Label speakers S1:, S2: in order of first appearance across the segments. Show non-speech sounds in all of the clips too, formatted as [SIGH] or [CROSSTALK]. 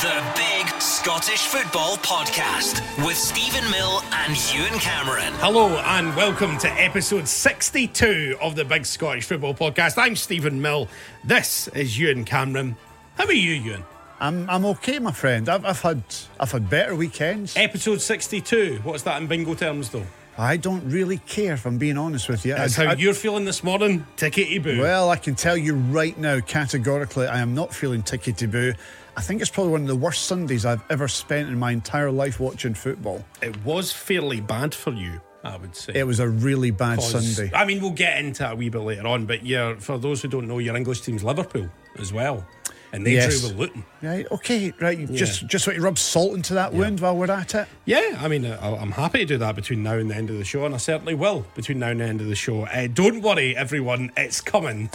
S1: The Big Scottish Football Podcast with Stephen Mill and Ewan Cameron.
S2: Hello and welcome to episode 62 of the Big Scottish Football Podcast. I'm Stephen Mill. This is Ewan Cameron. How are you, Ewan?
S3: I'm, I'm okay, my friend. I've, I've had I've had better weekends.
S2: Episode 62. What's that in bingo terms, though?
S3: I don't really care, if I'm being honest with you.
S2: That's
S3: I-
S2: how
S3: I-
S2: you're feeling this morning. Tickety boo.
S3: Well, I can tell you right now, categorically, I am not feeling tickety boo. I think it's probably one of the worst Sundays I've ever spent in my entire life watching football.
S2: it was fairly bad for you, I would say.
S3: It was a really bad
S2: Was-
S3: Sunday.
S2: I mean, we'll get into it a wee bit later on, but yeah, for those who don't know, your English team's Liverpool as well. And they
S3: Yes.
S2: drew with Luton.
S3: Right, okay, right. you Just just want to rub salt into that wound while we're at it.
S2: Yeah, I mean, uh, I- I'm happy to do that between now and the end of the show, and I certainly will between now and the end of the show. Uh, don't worry, everyone, it's coming.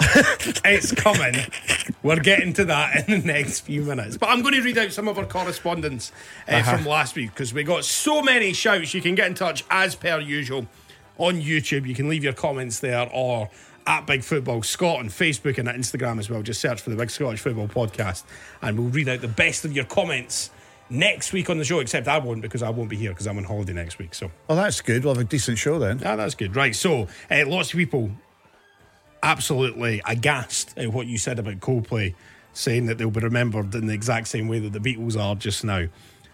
S2: it's coming. We're getting to that in the next few minutes. But I'm going to read out some of our correspondence uh, from last week because we got so many shouts. You can get in touch as per usual on YouTube. You can leave your comments there or at Big Football Scott on Facebook and at Instagram as well. Just search for the Big Scottish Football Podcast and we'll read out the best of your comments next week on the show, except I won't because I won't be here because I'm on holiday next week. So
S3: Well, that's good. We'll have a decent show then.
S2: ah, that's good. Right. So uh, lots of people absolutely aghast at what you said about Coldplay, saying that they'll be remembered in the exact same way that the Beatles are just now.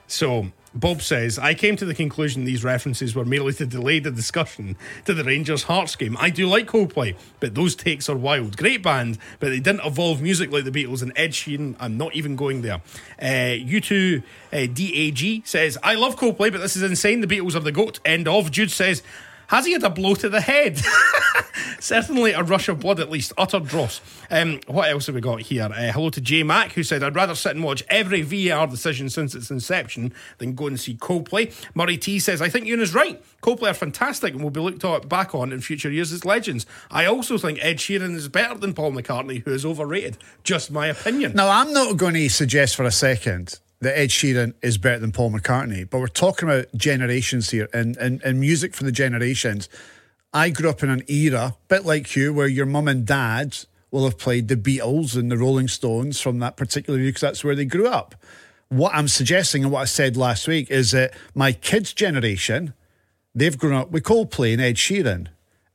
S2: So Bob says, I came to the conclusion these references were merely to delay the discussion to the Rangers Hearts game. I do like Coldplay, but those takes are wild. Great band, but they didn't evolve music like the Beatles and Ed Sheeran. I'm not even going there. Uh, U2 uh, DAG says, I love Coldplay, but this is insane. The Beatles are the GOAT. End of. Jude says, Has he had a blow to the head? Certainly a rush of blood, at least. Utter dross. Um, what else have we got here? Uh, hello to J Mac, who said, I'd rather sit and watch every VAR decision since its inception than go and see Coldplay. Murray T says, I think Ewan is right. Coldplay are fantastic and will be looked at- back on in future years as legends. I also think Ed Sheeran is better than Paul McCartney, who is overrated. Just my opinion.
S3: Now, I'm not going to suggest for a second that Ed Sheeran is better than Paul McCartney, but we're talking about generations here and, and, and music for the generations. I grew up in an era, a bit like you, where your mum and dad will have played the Beatles and the Rolling Stones from that particular year because that's where they grew up. What I'm suggesting and what I said last week is that my kids' generation, they've grown up with Coldplay and Ed Sheeran.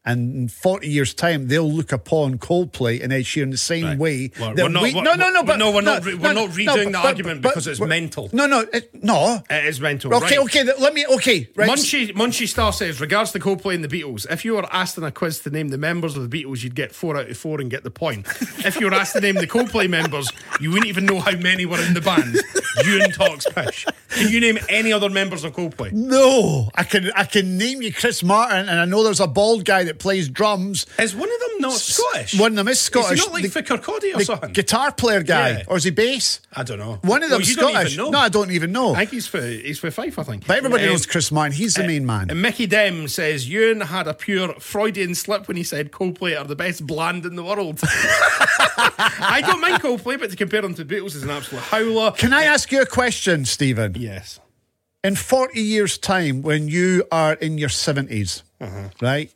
S3: And in 40 years' time, they'll look upon Coldplay and Ed Sheeran the same
S2: Right.
S3: way.
S2: Well,
S3: that
S2: we're not-
S3: we-
S2: we're-
S3: no, no, no,
S2: we're-
S3: but
S2: no, we're not re-
S3: no,
S2: we're
S3: no,
S2: not
S3: no,
S2: redoing the
S3: but-
S2: argument
S3: but-
S2: because it's
S3: but-
S2: mental.
S3: No, no, it, no.
S2: It is mental.
S3: Okay,
S2: right.
S3: okay. th- Let me. Okay, right.
S2: Munchie, Munchie Star says, regards to Coldplay and the Beatles, if you were asked in a quiz to name the members of the Beatles, you'd get four out of four and get the point. If you were asked to name the Coldplay members, you wouldn't even know how many were in the band. Ewan talks pish. Can you name any other members of Coldplay?
S3: No, I can I can name you Chris Martin, and I know there's a bald guy that plays drums.
S2: Is one of them not Scottish?
S3: One of them is Scottish.
S2: Is he not like
S3: The-
S2: Vicar Cody or
S3: the
S2: something?
S3: guitar player guy,
S2: Yeah.
S3: or is he bass?
S2: I don't know.
S3: One of
S2: Well,
S3: them
S2: you don't even
S3: Scottish.
S2: know.
S3: No, I don't even know.
S2: I think he's for he's for Fife, I think.
S3: but everybody
S2: Um,
S3: knows Chris Martin. He's the main man.
S2: And Mickey Dem says Ewan had a pure Freudian slip when he said Coldplay are the best bland in the world. [LAUGHS] I don't mind Coldplay, but to compare them to Beatles is an absolute howler.
S3: Can I ask you a question, Stephen?
S2: Yes.
S3: In 40 years' time, when you are in your 70s,
S2: Uh-huh.
S3: right?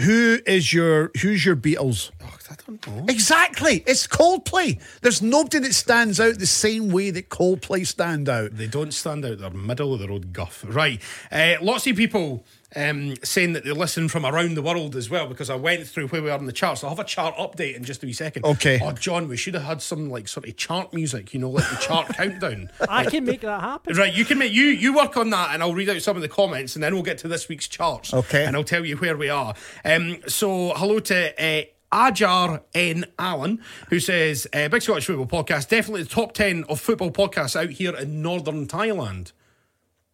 S3: Who is your who's your Beatles?
S2: Oh, I don't know.
S3: Exactly. It's Coldplay. There's nobody that stands out the same way that Coldplay stand out.
S2: They don't stand out. They're middle of the road guff. Right. Uh, lots of people um, saying that they listen from around the world as well because I went through where we are in the charts. I'll have a chart update in just a wee second.
S3: Okay.
S2: Oh, John, we should have had some like sort of chart music, you know, like the chart [LAUGHS] countdown.
S4: I can make that happen.
S2: Right, you can make you you work on that, and I'll read out some of the comments, and then we'll get to this week's charts.
S3: Okay.
S2: and I'll tell you where we are. Um, so hello to. Uh, Ajar N. Allen, who says, uh, Big Scottish Football Podcast, definitely the top 10 of football podcasts out here in northern Thailand.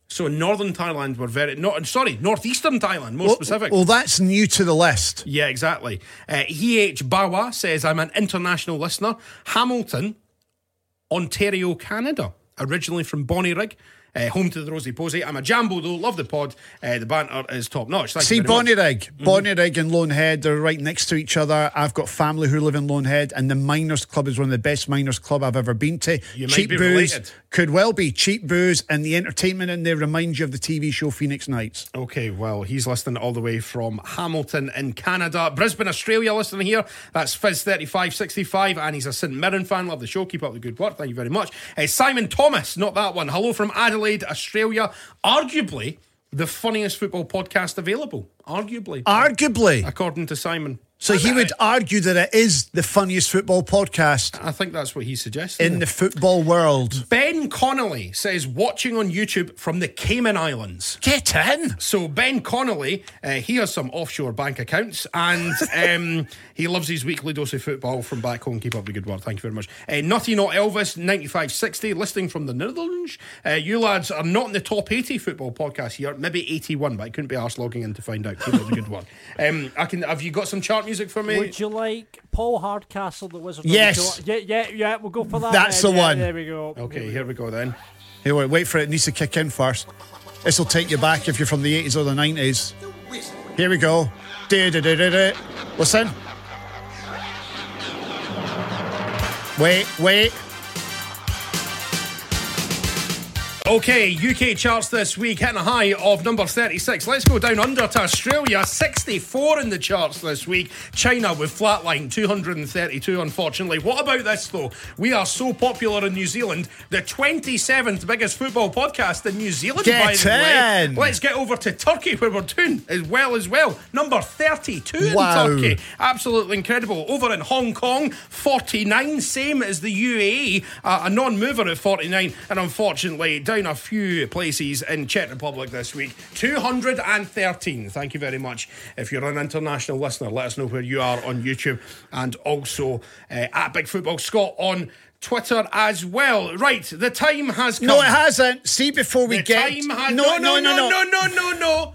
S2: So, in northern Thailand, we're very, not, sorry, northeastern Thailand, more specific.
S3: Well, that's new to the list.
S2: Yeah, exactly. Uh, E.H. Bawa says, I'm an international listener. Hamilton, Ontario, Canada, originally from Bonnyrigg. Uh, home to the Rosie Posey. I'm a jambo though. Love the pod. Uh, the banter is top notch. Thank
S3: See
S2: you very much. Mm-hmm.
S3: Bonnie Rig, Bonnie Rig and Lone Head, they're right next to each other. I've got family who live in Lone Head, and the Miners Club is one of the best Miners Club I've ever been to.
S2: You might
S3: cheap
S2: be
S3: booze
S2: related.
S3: could well be cheap booze, and the entertainment in there reminds you of the TV show Phoenix Nights.
S2: Okay, well, he's listening all the way from Hamilton in Canada, Brisbane, Australia, listening here. That's Fizz3565, and he's a St Mirren fan. Love the show. Keep up the good work. Thank you very much. Eh, Simon Thomas, not that one. Hello from Adelaide, Australia. Arguably the funniest football podcast available. Arguably,
S3: Arguably,
S2: according to Simon.
S3: Uh, so he would argue that it is the funniest football podcast
S2: I think that's what he's suggesting.
S3: in the football world.
S2: ben Connolly says, watching on YouTube from the Cayman Islands.
S3: Get in.
S2: So Ben Connolly, uh, he has some offshore bank accounts, and um, he loves his weekly dose of football from back home. Keep up the good work. Thank you very much. Uh, Nutty Not Elvis, ninety five sixty, listening from the Netherlands. Uh, you lads are not in the top eighty football podcast here. Maybe eighty one, but I couldn't be arsed logging in to find out. Keep up the good work. Um, I can. Have you got some chart music for me?
S4: Would you like Paul Hardcastle, the Wizard?
S3: Yes.
S4: Of the Coast? yeah, yeah, yeah. We'll go for that.
S3: That's
S4: then.
S3: the
S4: Yeah,
S3: one.
S4: There we go.
S2: okay, here we go then.
S3: Hey, wait, wait for it. It needs to kick in first. This will take you back if you're from the 80s or the 90s. Here we go. Do, do, do, do, do. Listen. Wait, wait.
S2: Okay, UK charts this week hitting a high of number 36. Let's go down under to Australia, 64 in the charts this week. China with flatline 232, unfortunately. What about this though? We are so popular in New Zealand, the 27th biggest football podcast in New Zealand,
S3: Get
S2: by the way.
S3: in.
S2: Let's get over to Turkey where we're doing as well as well. Number 32
S3: Wow.
S2: in Turkey. Absolutely incredible. Over in Hong Kong, 49, same as the UAE, uh, a non mover at 49, and unfortunately down a few places in Czech Republic this week. 213. Thank you very much. If you're an international listener, let us know where you are on YouTube and also uh, at Big Football Scott on Twitter as well. Right, the time has come.
S3: No, it hasn't. See before we
S2: The
S3: get.
S2: time has
S3: no, no, no,
S2: no, no, no, no, no.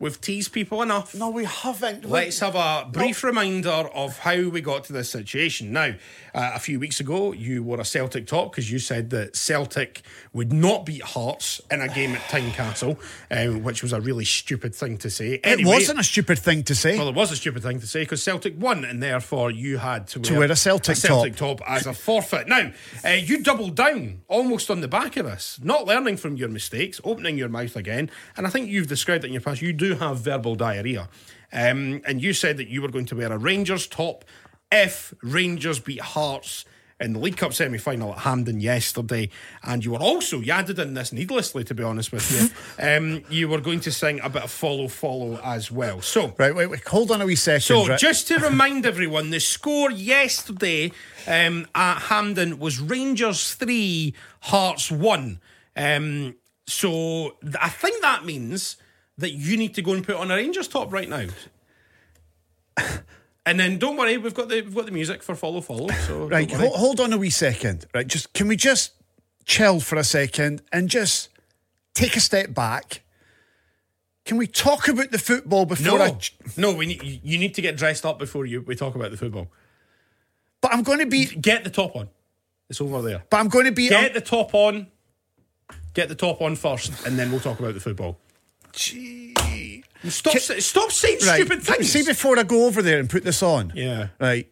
S2: We've teased people enough.
S3: No, we haven't.
S2: Let's have a brief reminder of how we got to this situation. Now, uh, a few weeks ago, you were a Celtic top because you said that Celtic would not beat Hearts in a game at Tyne Castle, um, which was a really stupid thing to say.
S3: It
S2: Anyway,
S3: wasn't a stupid thing to say.
S2: Well, it was a stupid thing to say because Celtic won, and therefore you had to wear,
S3: wear a Celtic
S2: top. as a forfeit. Now, uh, you doubled down almost on the back of this, not learning from your mistakes, opening your mouth again. And I think you've described it in your past. You do have verbal diarrhea. Um, and you said that you were going to wear a Rangers top if Rangers beat Hearts. In the League Cup semi final at Hampden yesterday, and you were also, you added in this needlessly, to be honest with [LAUGHS] you, um, you were going to sing a bit of follow, follow as well. So,
S3: right, wait, wait. Hold on a wee second.
S2: so,
S3: right?
S2: just to remind everyone, the score yesterday um, at Hampden was Rangers 3, Hearts 1. Um, so, th- I think that means that you need to go and put on a Rangers top right now. [LAUGHS] And then don't worry, we've got the we've got the music for follow follow. So don't
S3: Right,
S2: worry.
S3: hold, hold on a wee second. Right, just can we just chill for a second and just take a step back? Can we talk about the football before I?
S2: no, no, we need you need to get dressed up before you we talk about the football.
S3: But I'm going to be.
S2: Get the top on. It's over there.
S3: But I'm going to be.
S2: Get the top on. Get the top on first, and then we'll talk about the football.
S3: Gee.
S2: Stop, sa- stop saying
S3: Right,
S2: stupid things.
S3: See before I go over there and put this on.
S2: Yeah.
S3: Right.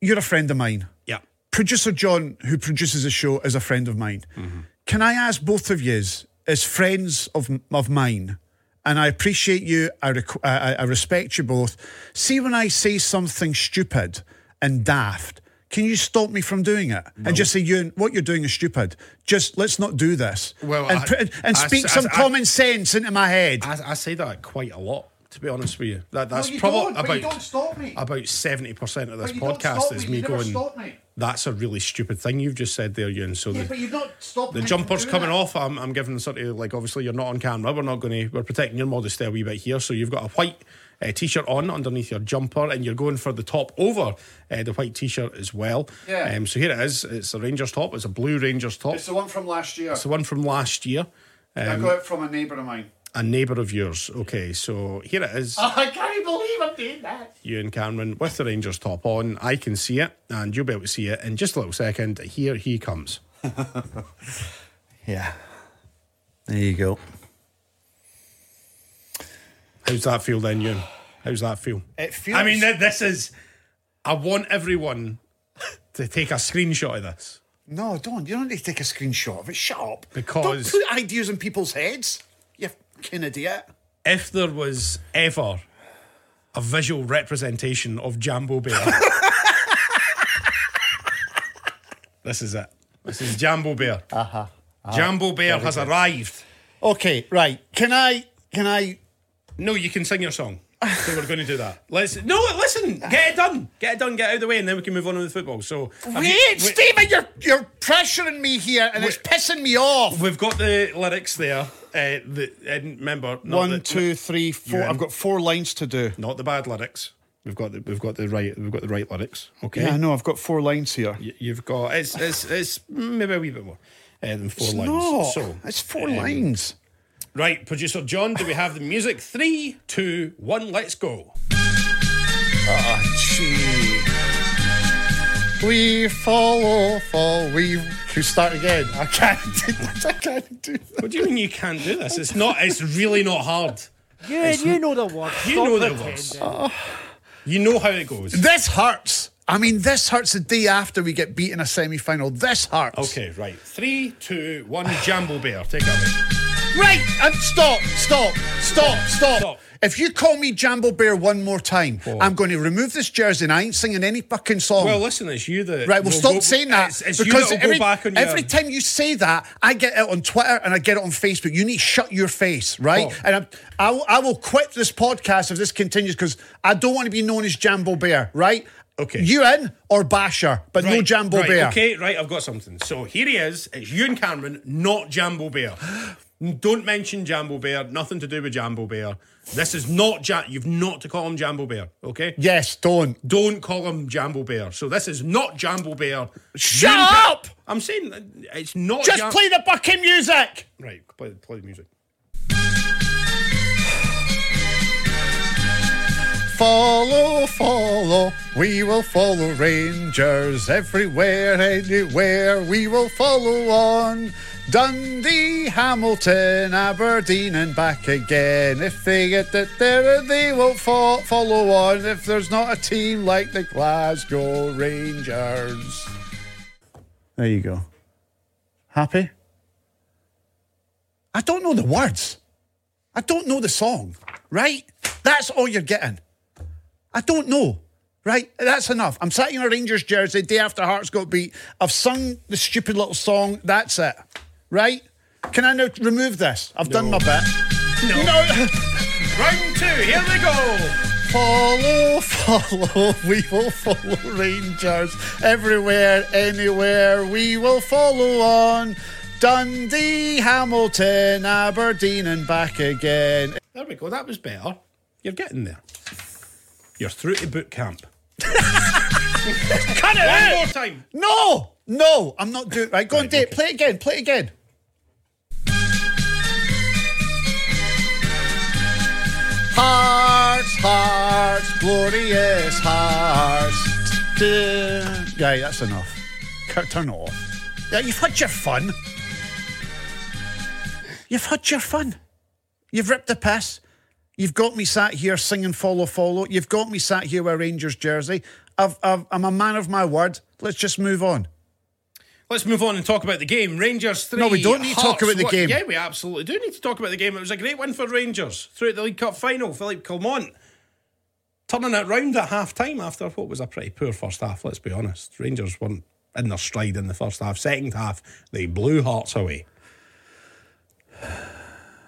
S3: You're a friend of mine.
S2: yeah.
S3: Producer John, who produces the show, is a friend of mine.
S2: Mm-hmm.
S3: Can I ask both of yous, as friends of of mine, and I appreciate you, I, requ- I, I- I respect you both. See, when I say something stupid and daft, can you stop me from doing it and just say, "You, what you're doing is stupid. Just let's not do this."
S2: Well,
S3: and,
S2: I-
S3: pr- and, and
S2: I s-
S3: speak
S2: I s-
S3: some
S2: I-
S3: common sense into my head.
S2: I, I say that quite a lot, to be honest with you. That, that's probably about
S3: stop me.
S2: about seventy percent of this
S3: you don't
S2: podcast
S3: stop
S2: is
S3: me,
S2: me
S3: you never
S2: going.
S3: stop me.
S2: That's a really stupid thing you've just said there, Ewan. So the,
S3: you've not stopped
S2: the jumper's coming off. I'm, I'm giving sort of like obviously you're not on camera. We're not going to. We're protecting your modesty a wee bit here. So you've got a white uh, t-shirt on underneath your jumper, and you're going for the top over uh, the white t-shirt as well.
S3: Yeah.
S2: Um, so here it is. It's a Rangers top. It's a blue Rangers top.
S3: It's the one from last year.
S2: It's the one from last year.
S3: I got it from a neighbour of mine.
S2: A neighbour of yours. Okay, so here it is.
S3: Oh, I can't believe I'm doing that.
S2: You and Cameron with the Rangers top on. I can see it, and you'll be able to see it in just a little second. Here he comes.
S5: Yeah. There you go.
S2: How's that feel then, Ewan? How's that feel?
S3: It feels-
S2: I mean, th- this is. I want everyone [LAUGHS] to take a screenshot of this
S3: No, Don, you don't need to take a screenshot of it. Shut up.
S2: Because-
S3: Don't put ideas in people's heads. You fucking idiot.
S2: if there was ever a visual representation of Jambo Bear. [LAUGHS] this is it. This is Jambo Bear. Uh-huh. Jambo Bear has arrived.
S3: Okay, right. Can I? Can I?
S2: No, you can sing your song. So we're going to do that. Let's no, listen. Get it done. Get it done. Get out of the way, and then we can move on with football. So have you-
S3: Wait, Stephen, you're you're pressuring me here, and it's pissing me off.
S2: We've got the lyrics there. Uh, the, and remember, not the,
S3: One, two, three, four.
S2: in?
S3: I've got four lines to do.
S2: not the bad lyrics. We've got the we've got the right we've got the right lyrics. Okay,
S3: Yeah, I know. I've got four lines here.
S2: Y- you've got it's it's it's maybe a wee bit more uh, than four lines.
S3: No,
S2: So
S3: it's four
S2: um,
S3: lines.
S2: Right, producer John, do we have the music? Three, two, one. Let's go.
S3: We follow, follow. We to start again. I can't. [LAUGHS] Do, I can't do. That.
S2: What do you mean you can't do this? It's not. It's really not hard.
S4: You, you know the words.
S2: You
S4: Stop
S2: know the Uh,
S4: pretending.
S2: words. You know how it goes.
S3: This hurts. I mean, this hurts the day after we get beat in a semi-final. This hurts.
S2: Okay, right. Three, two, one. Jambo bear, take it away.
S3: Right, and stop, stop, stop, stop.
S2: Stop.
S3: If you call me Jambo Bear one more time, I'm going to remove this jersey and I ain't singing any fucking song.
S2: Well, listen, it's you that.
S3: right, well,
S2: will
S3: stop
S2: go-
S3: saying that.
S2: It's, it's
S3: because
S2: you that'll
S3: every,
S2: go back on your.
S3: every time you say that, I get it on Twitter and I get it on Facebook. You need to shut your face, right?
S2: Oh.
S3: And I'm, I, will, I will quit this podcast if this continues because I don't want to be known as Jambo Bear, right?
S2: Okay.
S3: You in or Basher, but no
S2: Right,
S3: Jambo
S2: right,
S3: Bear.
S2: Okay, right, I've got something. So here he is. It's Ewan Cameron, not Jambo Bear. Don't mention Jambo Bear. Nothing to do with Jambo Bear. This is not Ja You've not to call him Jambo Bear, okay?
S3: Yes, don't.
S2: Don't call him Jambo Bear. So this is not Jambo Bear.
S3: Shut
S2: Ewan Ca-
S3: up!
S2: I'm saying that it's not.
S3: Just
S2: Jam-
S3: play the fucking music.
S2: Right, play, play the music.
S3: Follow, follow, we will follow Rangers everywhere, anywhere, we will follow on. Dundee, Hamilton, Aberdeen, and back again. If they get it there, they will fo- follow on. If there's not a team like the Glasgow Rangers. There you go. Happy? I don't know the words. I don't know the song, right? That's all you're getting. I don't know. Right? That's enough. I'm sat in a Rangers jersey day after Hearts got beat. I've sung the stupid little song. That's it. Right? Can I now remove this? I've done my bit. No.
S2: Round two, here we go.
S3: follow, [LAUGHS] follow. We will follow Rangers everywhere, anywhere. We will follow on. Dundee, Hamilton, Aberdeen, and back again.
S2: There we go. That was better. You're getting there. You're through to boot camp.
S3: [LAUGHS] Cut it
S2: One
S3: out!
S2: more time.
S3: No, no, I'm not doing. Right, go on, Dave. Play it again. Play it again. Hearts, hearts, glorious hearts. Yeah, that's enough. Cut, turn it off. Yeah, you've had your fun. You've had your fun. You've ripped the piss. You've got me sat here singing "Follow, Follow." You've got me sat here with a Rangers jersey. I've, I've, I'm a man of my word. Let's just move on.
S2: Let's move on and talk about the game. Rangers three.
S3: we don't need to talk
S2: Hearts
S3: about the
S2: one.
S3: game.
S2: Yeah, we absolutely do need to talk about the game. It was a great win for Rangers throughout the League Cup final. Philippe Clement turning it round at half time after what was a pretty poor first half. Let's be honest. Rangers weren't in their stride in the first half. Second half, they blew Hearts away.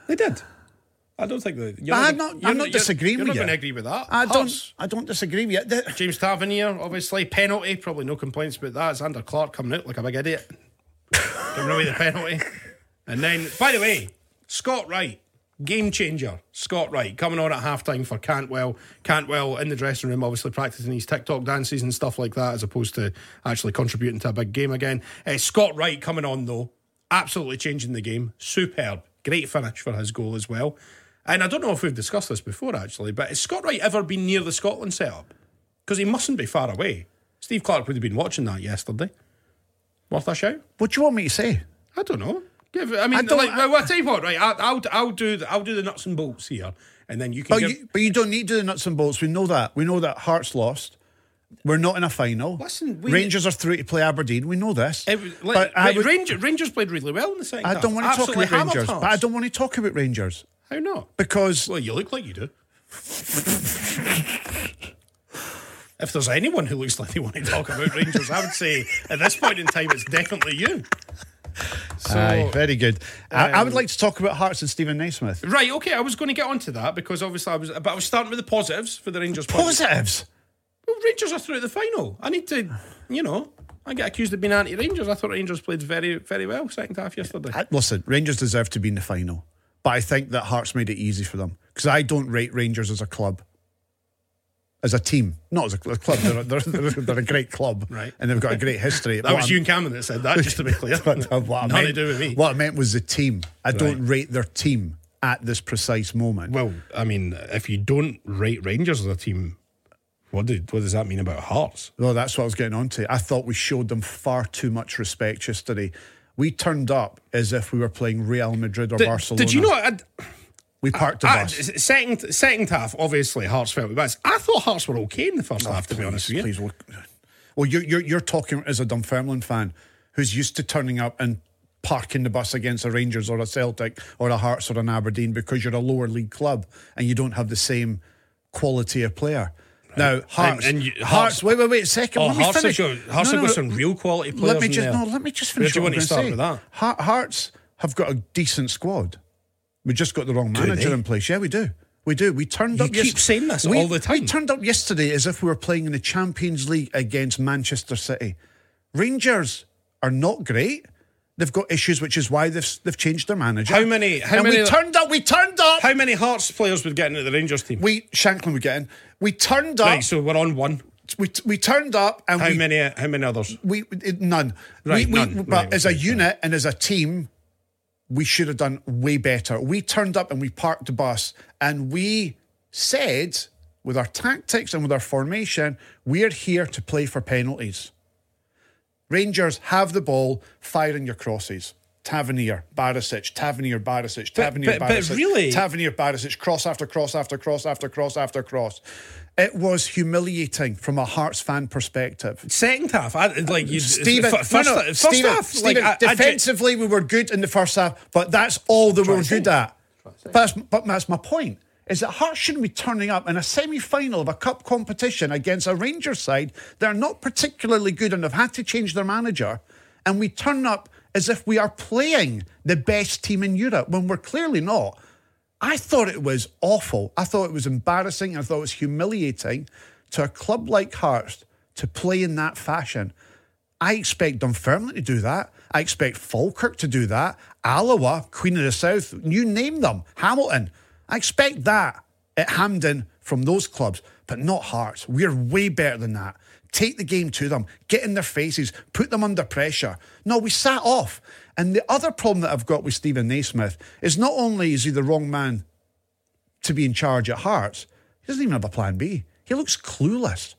S2: They did. I don't think that. you're
S3: But
S2: gonna-
S3: I'm not- I'm
S2: you're
S3: not disagreeing
S2: you're,
S3: with
S2: You're not
S3: you.
S2: going to agree with that.
S3: I
S2: Hearts-
S3: don't, I don't disagree with you. The-
S2: James Tavernier, obviously. Penalty, probably no complaints about that. Xander Clark coming out like a big idiot. [LAUGHS] Giving away the penalty. And then, by the way, Scott Wright, game changer. Scott Wright coming on at halftime for Cantwell. Cantwell in the dressing room, obviously practicing his TikTok dances and stuff like that, as opposed to actually contributing to a big game again. Eh, Scott Wright coming on, though, absolutely changing the game. Superb. Great finish for his goal as well. And I don't know if we've discussed this before, actually, but has Scott Wright ever been near the Scotland setup? Because he mustn't be far away. Steve Clark would have been watching that yesterday. Worth a shout?
S3: what do you want me to say?
S2: I don't know. Give, I
S3: I
S2: mean,
S3: don't-
S2: like, well, I tell you what, right? I, I'll I'll do the, I'll do the nuts and bolts here, and then you can.
S3: But
S2: Give,
S3: you, but you don't need to do the nuts and bolts. We know that. We know that Hearts lost. We're not in a final.
S2: Listen, we-
S3: Rangers are through to play Aberdeen. We know this.
S2: It was- like,
S3: but I,
S2: right,
S3: would-
S2: Rangers, Rangers played really well in the second
S3: I
S2: half.
S3: don't want to talk
S2: Absolutely
S3: about Rangers.
S2: hammered
S3: But I
S2: us.
S3: don't want to talk about Rangers
S2: How not?
S3: because
S2: Well, you look like you do. [LAUGHS] if there's anyone who looks like they want to talk about Rangers, I would say at this point in time, it's definitely you. So,
S3: Aye, very good. I, I would like to talk about Hearts and Stephen Naismith.
S2: right, okay, I was going to get onto that because obviously I was, but I was starting with the positives for the Rangers. point.
S3: Positives.
S2: Well, Rangers are through to the final. I need to, you know, I get accused of being anti-Rangers. I thought Rangers played very, very well second half yesterday.
S3: I- listen, Rangers deserve to be in the final, but I think that Hearts made it easy for them because I don't rate Rangers as a club, as a team, not as a, cl- a club. They're, a- they're, they're, they're a great club,
S2: [LAUGHS] Right.
S3: And they've got a great history.
S2: [LAUGHS] that
S3: What
S2: was
S3: I'm-
S2: you and Cameron that said that, just to be clear.
S3: But, uh, [LAUGHS] what I
S2: Nothing
S3: meant,
S2: to do with me.
S3: What I meant was the team. I don't
S2: Right.
S3: rate their team at this precise moment.
S2: Well, I mean, if you don't rate Rangers as a team, what do, what does that mean about Hearts?
S3: Well, that's what I was getting on to. I thought we showed them far too much respect yesterday. We turned up as if we were playing Real Madrid or Barcelona.
S2: Did you know? I,
S3: we parked a
S2: I,
S3: bus?
S2: second second half, obviously Hearts felt the best. I thought Hearts were okay in the first half, to be honest with you.
S3: Please, well, well you're, you're, you're talking as a Dunfermline fan who's used to turning up and parking the bus against a Rangers or a Celtic or a Hearts or an Aberdeen because you're a lower league club and you don't have the same quality of player. Now, Hearts,
S2: and you-
S3: Hearts,
S2: Hearts-
S3: wait, wait, wait, a second.
S2: Oh,
S3: let me
S2: Hearts have
S3: finish.
S2: got, Hearts have got some real quality players.
S3: Let me
S2: in
S3: just
S2: there.
S3: no. Let me just
S2: Where
S3: finish.
S2: do you
S3: what
S2: want to
S3: I'm
S2: start
S3: gonna
S2: with
S3: say.
S2: that?
S3: Heart- Hearts have got a decent squad. We just got the wrong manager
S2: they?
S3: in place. Yeah, we do. We do. We turned
S2: You
S3: up. yes-
S2: keep saying this
S3: we-
S2: all the
S3: We
S2: time.
S3: turned up yesterday as if we were playing in the Champions League against Manchester City. Rangers are not great. They've got issues, which is why they've they've changed their manager.
S2: How many- how
S3: and We
S2: many-
S3: turned up. We turned up.
S2: How many Hearts players would get into the Rangers team?
S3: we Shanklin would get in. We turned up.
S2: right, so we're on one.
S3: we, we turned up, and
S2: How
S3: we
S2: many? How many others?
S3: we it, none.
S2: Right,
S3: we,
S2: none.
S3: We, but
S2: Right,
S3: as a
S2: okay,
S3: unit and as a team, we should have done way better. We turned up and we parked the bus, and we said with our tactics and with our formation, we're here to play for penalties. Rangers have the ball, firing your crosses. Tavernier, Barisic, Tavernier, Barisic, Tavernier,
S2: but- but
S3: Barisic,
S2: really-
S3: Tavernier, Barisic, cross after cross after cross after cross after cross. It was humiliating from a Hearts fan perspective.
S2: Second half, I, like you.
S3: Stephen,
S2: first,
S3: no, no,
S2: first
S3: Stephen,
S2: half,
S3: Stephen,
S2: like, I- I ju-
S3: defensively, we were good in the first half, but that's all that we were
S2: to think.
S3: good at. That's, but that's my point. Is that Hearts shouldn't be turning up in a semi-final of a cup competition against a Rangers side that are not particularly good and have had to change their manager, and we turn up as if we are playing the best team in Europe when we're clearly not. I thought it was awful. I thought it was embarrassing. I thought it was humiliating to a club like Hearts to play in that fashion. I expect Dunfermline to do that. I expect Falkirk to do that. Alloa, Queen of the South, you name them. Hamilton. I expect that at Hampden from those clubs, but not Hearts. We're way better than that. Take the game to them, get in their faces, put them under pressure. No, we sat off. And the other problem that I've got with Stephen Naismith is not only is he the wrong man to be in charge at Hearts, he doesn't even have a plan B. He looks clueless.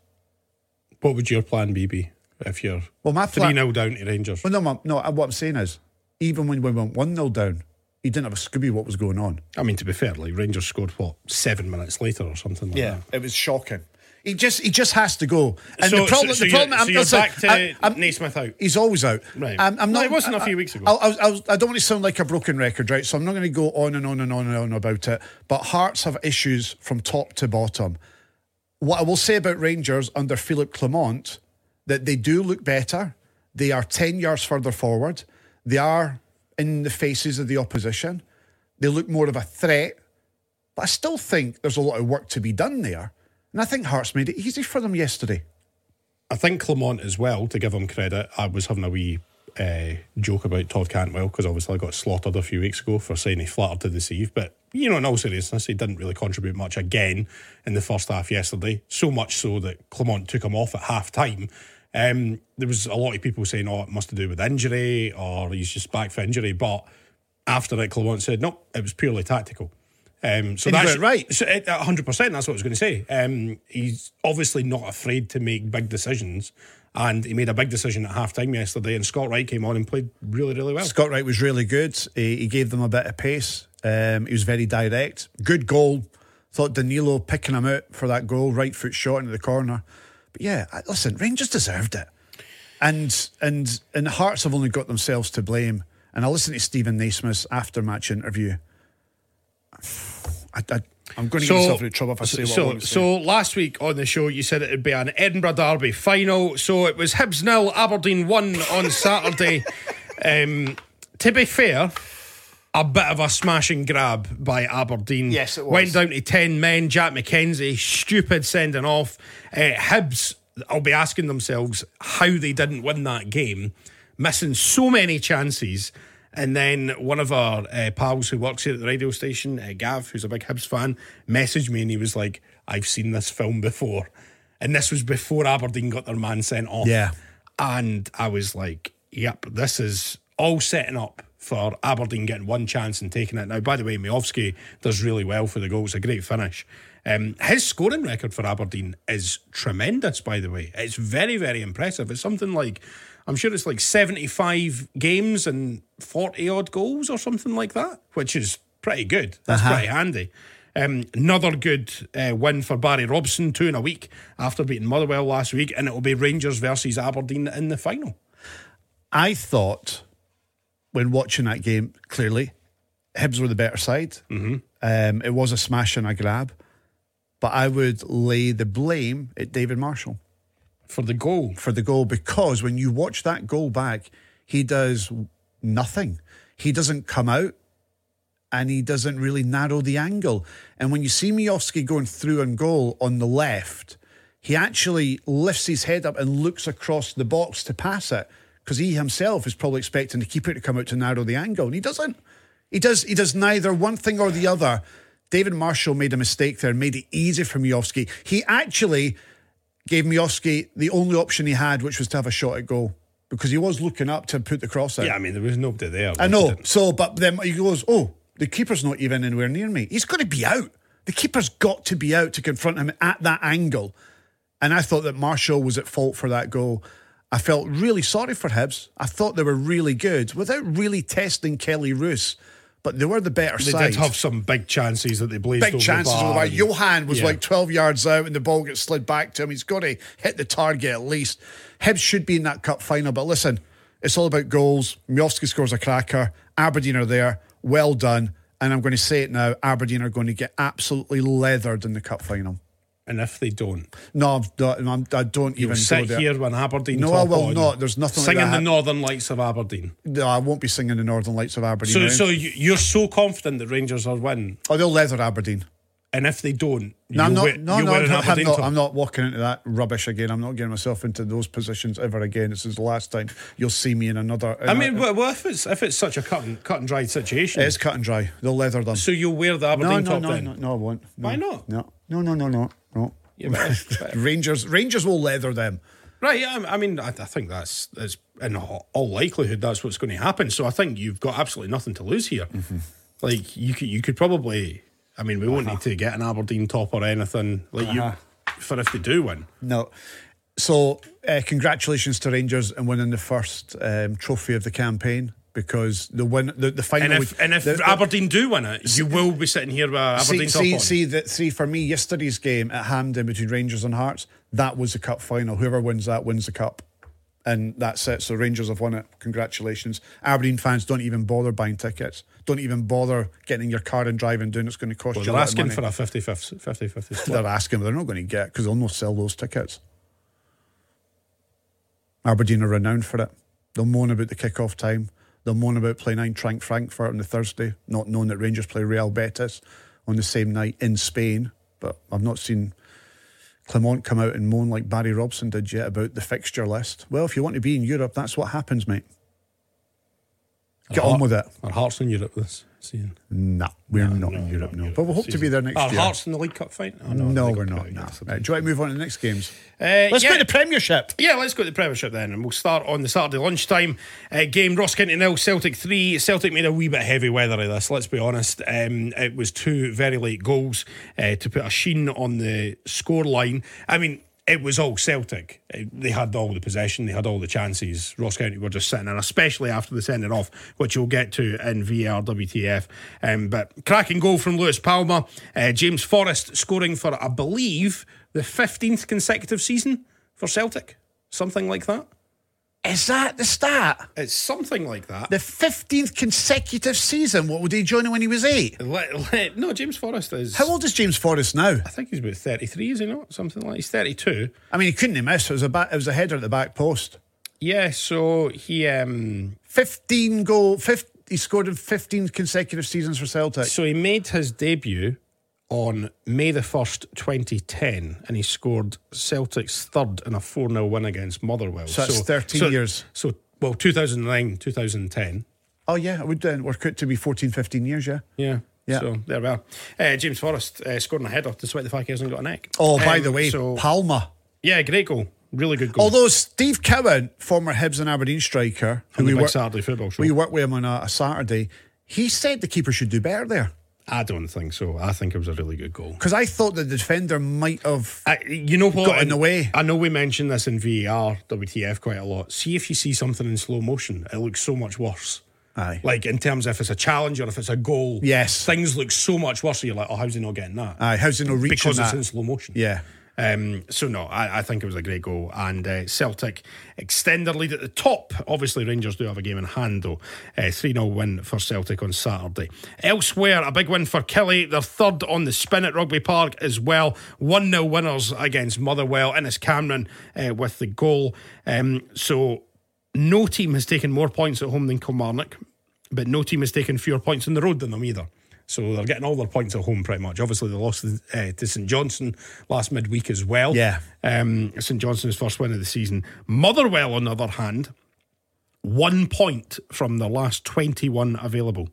S2: What would your plan B be if you're
S3: Well, my
S2: three
S3: plan-
S2: 0 down to Rangers?
S3: Well, no, mum, no. What I'm saying is, even when we went one 0 down, he didn't have a scooby what was going on.
S2: I mean, to be fair, like Rangers scored what seven minutes later or something like that.
S3: it was shocking. He just he just has to go. And
S2: So-
S3: the problem,
S2: so- so
S3: the
S2: you're-
S3: problem.
S2: so
S3: I'm,
S2: you're
S3: listen,
S2: back to
S3: I- I'm-
S2: Naismith out?
S3: He's always out.
S2: Right.
S3: I'm, I'm
S2: No,
S3: not.
S2: it wasn't a few
S3: I-
S2: weeks ago.
S3: I, I, was- I, was- I don't want to sound like a broken record, right? So I'm not going to go on and on and on and on about it. But Hearts have issues from top to bottom. What I will say about Rangers under Philip Clement that they do look better. They are ten yards further forward. They are in the faces of the opposition. They look more of a threat but I still think there's a lot of work to be done there. And I think Hearts made it easy for them yesterday.
S2: I think Clement as well. To give him credit, I was having a wee uh, joke about Todd Cantwell because obviously I got slaughtered a few weeks ago for saying he flattered to deceive. But you know, in all seriousness, he didn't really contribute much again in the first half yesterday. So much so that Clement took him off at half time. Um, there was a lot of people saying, "Oh, it must to do with injury, or he's just back for injury." But after it, Clement said, "No, it was purely tactical." Um, so
S3: And he
S2: that's
S3: got it right.
S2: So it- a hundred percent. That's what I was going to say. Um, he's obviously not afraid to make big decisions And he made a big decision at half time yesterday, and Scott Wright came on and played really, really well.
S3: Scott Wright was really good. He, he gave them a bit of pace. Um, he was very direct. Good goal. Thought Danilo picking him out for that goal, right foot shot into the corner. But yeah, I- listen, Rangers deserved it. And and and Hearts have only got themselves to blame. And I listened to Stephen Naismith's after match interview. [SIGHS] I, am going to get myself into trouble if I say what
S2: so,
S3: I want to say.
S2: so last week on the show, you said it would be an Edinburgh Derby final. So it was Hibs nil, Aberdeen one on Saturday. um, to be fair, a bit of a smashing grab by Aberdeen.
S5: Yes, it was.
S2: Went down to 10 men. Jack McKenzie, stupid sending off. Uh, Hibs, I'll be asking themselves how they didn't win that game, missing so many chances. And then one of our uh, pals who works here at the radio station, uh, Gav, who's a big Hibs fan, messaged me and he was like, I've seen this film before. And this was before Aberdeen got their man sent off.
S3: Yeah.
S2: And I was like, yep, this is all setting up for Aberdeen getting one chance and taking it. Now, by the way, Miovsky does really well for the goal. It's a great finish. Um, his scoring record for Aberdeen is tremendous, by the way. It's very, very impressive. It's something like, I'm sure it's like 75 games and 40 odd goals or something like that, which is pretty good. That's
S3: Uh-huh.
S2: pretty handy. Um, another good uh, win for Barry Robson, two in a week after beating Motherwell last week, and it will be Rangers versus Aberdeen in the final.
S3: I thought when watching that game, clearly, Hibs were the better side. Mm-hmm. Um, it was a smash and a grab, but I would lay the blame at David Marshall
S2: For the goal,
S3: for the goal because when you watch that goal back, he does nothing. He doesn't come out and he doesn't really narrow the angle. And when you see Miowski going through and goal on the left, he actually lifts his head up and looks across the box to pass it because he himself is probably expecting the keeper to come out to narrow the angle and he doesn't. He does he does neither one thing or the other. David Marshall made a mistake there and made it easy for Miowski. He actually gave Miowski the only option he had, which was to have a shot at goal because he was looking up to put the cross out.
S2: yeah, I mean there was nobody there.
S3: I know. So, but then he goes, "Oh, the keeper's not even anywhere near me. He's got to be out. The keeper's got to be out to confront him at that angle." And I thought that Marshall was at fault for that goal. I felt really sorry for Hibs. I thought they were really good without really testing Kelly Roos, but they were the better
S2: They
S3: side.
S2: did have some big chances that they blazed.
S3: Big
S2: over
S3: chances
S2: the
S3: on the
S2: bar
S3: way.
S2: and-
S3: Johan was
S2: Yeah.
S3: like 12 yards out and the ball gets slid back to him. He's got to hit the target at least. Hibs should be in that cup final, but listen, it's all about goals. Miowski scores a cracker. Aberdeen are there. Well done. And I'm going to say it now Aberdeen are going to get absolutely leathered in the cup final.
S2: and if they don't,
S3: No, I'm not, I'm, I don't
S2: you'll
S3: even
S2: sit
S3: go there.
S2: here when Aberdeen.
S3: No,
S2: top
S3: I will
S2: on,
S3: not. There's nothing like
S2: singing
S3: that.
S2: the Northern Lights of Aberdeen.
S3: No, I won't be singing the Northern Lights of Aberdeen.
S2: So,
S3: right?
S2: so you- you're so confident that Rangers are winning,
S3: oh, they'll leather Aberdeen.
S2: and if they don't,
S3: No, I'm
S2: you'll
S3: not.
S2: wear-
S3: no,
S2: you'll
S3: no,
S2: wear an
S3: no I'm
S2: Aberdeen
S3: not.
S2: top.
S3: I'm not walking into that rubbish again. I'm not getting myself into those positions ever again. This is the last time you'll see me in another. in
S2: I
S3: a-
S2: mean, well, well, if it's if it's such a cut and cut and dried situation,
S3: it's cut and dry. They'll leather them.
S2: so you'll wear the
S3: no,
S2: Aberdeen
S3: no,
S2: top
S3: no,
S2: then.
S3: no, no, I won't. No,
S2: Why not?
S3: No, no, no, no, no, no.
S2: Yeah,
S3: [LAUGHS]
S2: but- but-
S3: Rangers, Rangers will leather them.
S2: Right. I, I mean, I, I think that's that's in all all likelihood that's what's going to happen. So I think you've got absolutely nothing to lose here. Like you could you could probably. I mean, we won't need to get an Aberdeen top or anything like you for if they do win.
S3: No. So, uh, congratulations to Rangers and winning the first um, trophy of the campaign because the win, the, the final.
S2: And if
S3: would-
S2: and if
S3: the- the-
S2: Aberdeen do win it, you will be sitting here with an
S3: See,
S2: Aberdeen
S3: see,
S2: top on.
S3: see, that see for me yesterday's game at Hampden between Rangers and Hearts that was the cup final. Whoever wins that wins the cup, and that's it. So Rangers have won it. Congratulations, Aberdeen fans! Don't even bother buying tickets. Don't even bother getting your car and driving down. It's going to cost
S2: Well,
S3: you.
S2: they're
S3: a lot of
S2: asking
S3: money.
S2: for a 50-50 [LAUGHS] 50-50 split.
S3: They're asking, but they're not going to get because they'll not sell those tickets. Aberdeen are renowned for it. They'll moan about the kick-off time. They'll moan about playing Eintracht Frankfurt on the Thursday, not knowing that Rangers play Real Betis on the same night in Spain. But I've not seen Clement come out and moan like Barry Robson did yet about the fixture list. Well, if you want to be in Europe, that's what happens, mate. Get on with it.
S2: Our hearts in Europe this season.
S3: No, we're not in Europe, no. But we hope to be there next
S2: Our
S3: year.
S2: hearts in the League Cup fight. Oh,
S3: no,
S2: League
S3: we're
S2: Cup
S3: not.
S2: fight,
S3: no.
S2: yes, I
S3: Right, do you want to move on to the next games?
S2: Uh,
S3: Let's
S2: yeah.
S3: go to Premiership.
S2: Yeah, let's go to the Premiership then, and we'll start on the Saturday lunchtime uh, game. Ross County nil, Celtic three. Celtic made a wee bit heavy weather of this. Let's be honest. Um, it was two very late goals uh, to put a sheen on the score line. I mean, it was all Celtic. It- they had all the possession, they had all the chances. Ross County were just sitting, and especially after the sending off, which you'll get to in VAR WTF. Um, but cracking goal from Lewis Palmer, uh, James Forrest scoring for, I believe, the 15th consecutive season for Celtic, something like that.
S3: Is that the stat?
S2: It's something like that.
S3: The 15th consecutive season. What would he join when he was eight?
S2: Le- le- no, James Forrest is.
S3: How old is James Forrest now?
S2: I think he's about 33, is he not? Something like He's 32.
S3: I mean, he couldn't have missed. It was a back, it was a header at the back post.
S2: Yeah, so he. um
S3: 15 goal. 15, he scored in 15 consecutive seasons for Celtic.
S2: So he made his debut on May the 1st, 2010, and he scored Celtic's third in a 4 0 win against Motherwell.
S3: So that's 13 years.
S2: So, well, 2009, 2010.
S3: Oh yeah, it would then work out to be 14, 15 years. Yeah.
S2: Yeah.
S3: Yeah.
S2: So there we are. Uh, James Forrest uh, scoring a header despite the fact he hasn't got a neck.
S3: Oh, by
S2: Um,
S3: the way,
S2: so,
S3: Palmer.
S2: yeah, great goal. Really good goal.
S3: Although Steve Cowan, former Hibs and Aberdeen striker, who
S2: On the
S3: we
S2: Big
S3: worked,
S2: Saturday football show.
S3: we worked with him on a, a Saturday, he said the keeper should do better there
S2: I don't think so. I think it was a really good goal.
S3: because I thought the defender might have.
S2: I, you know what?
S3: Got in the way.
S2: I know we mentioned this in VAR, WTF quite a lot. See if you see something in slow motion, it looks so much worse.
S3: Aye.
S2: Like in terms of if it's a challenge or if it's a goal.
S3: Yes.
S2: Things look so much worse. So you're like, oh, how's he not getting that?
S3: Aye, how's he not reaching
S2: because it's
S3: that?
S2: in slow motion.
S3: Yeah.
S2: Um, so no, I, I think it was a great goal, and uh, Celtic extend their lead at the top. Obviously, Rangers do have a game in hand though. Uh, Three 0 win for Celtic on Saturday. Elsewhere, a big win for Kelly. They're third on the spin at Rugby Park as well. One 0 winners against Motherwell. Innes Cameron uh, with the goal. Um, so no team has taken more points at home than Kilmarnock, but no team has taken fewer points on the road than them either. So they're getting all their points at home pretty much. Obviously, they lost uh, to St Johnson last midweek as well.
S3: Yeah.
S2: Um, St Johnson's first win of the season. Motherwell, on the other hand, one point from their last 21 available.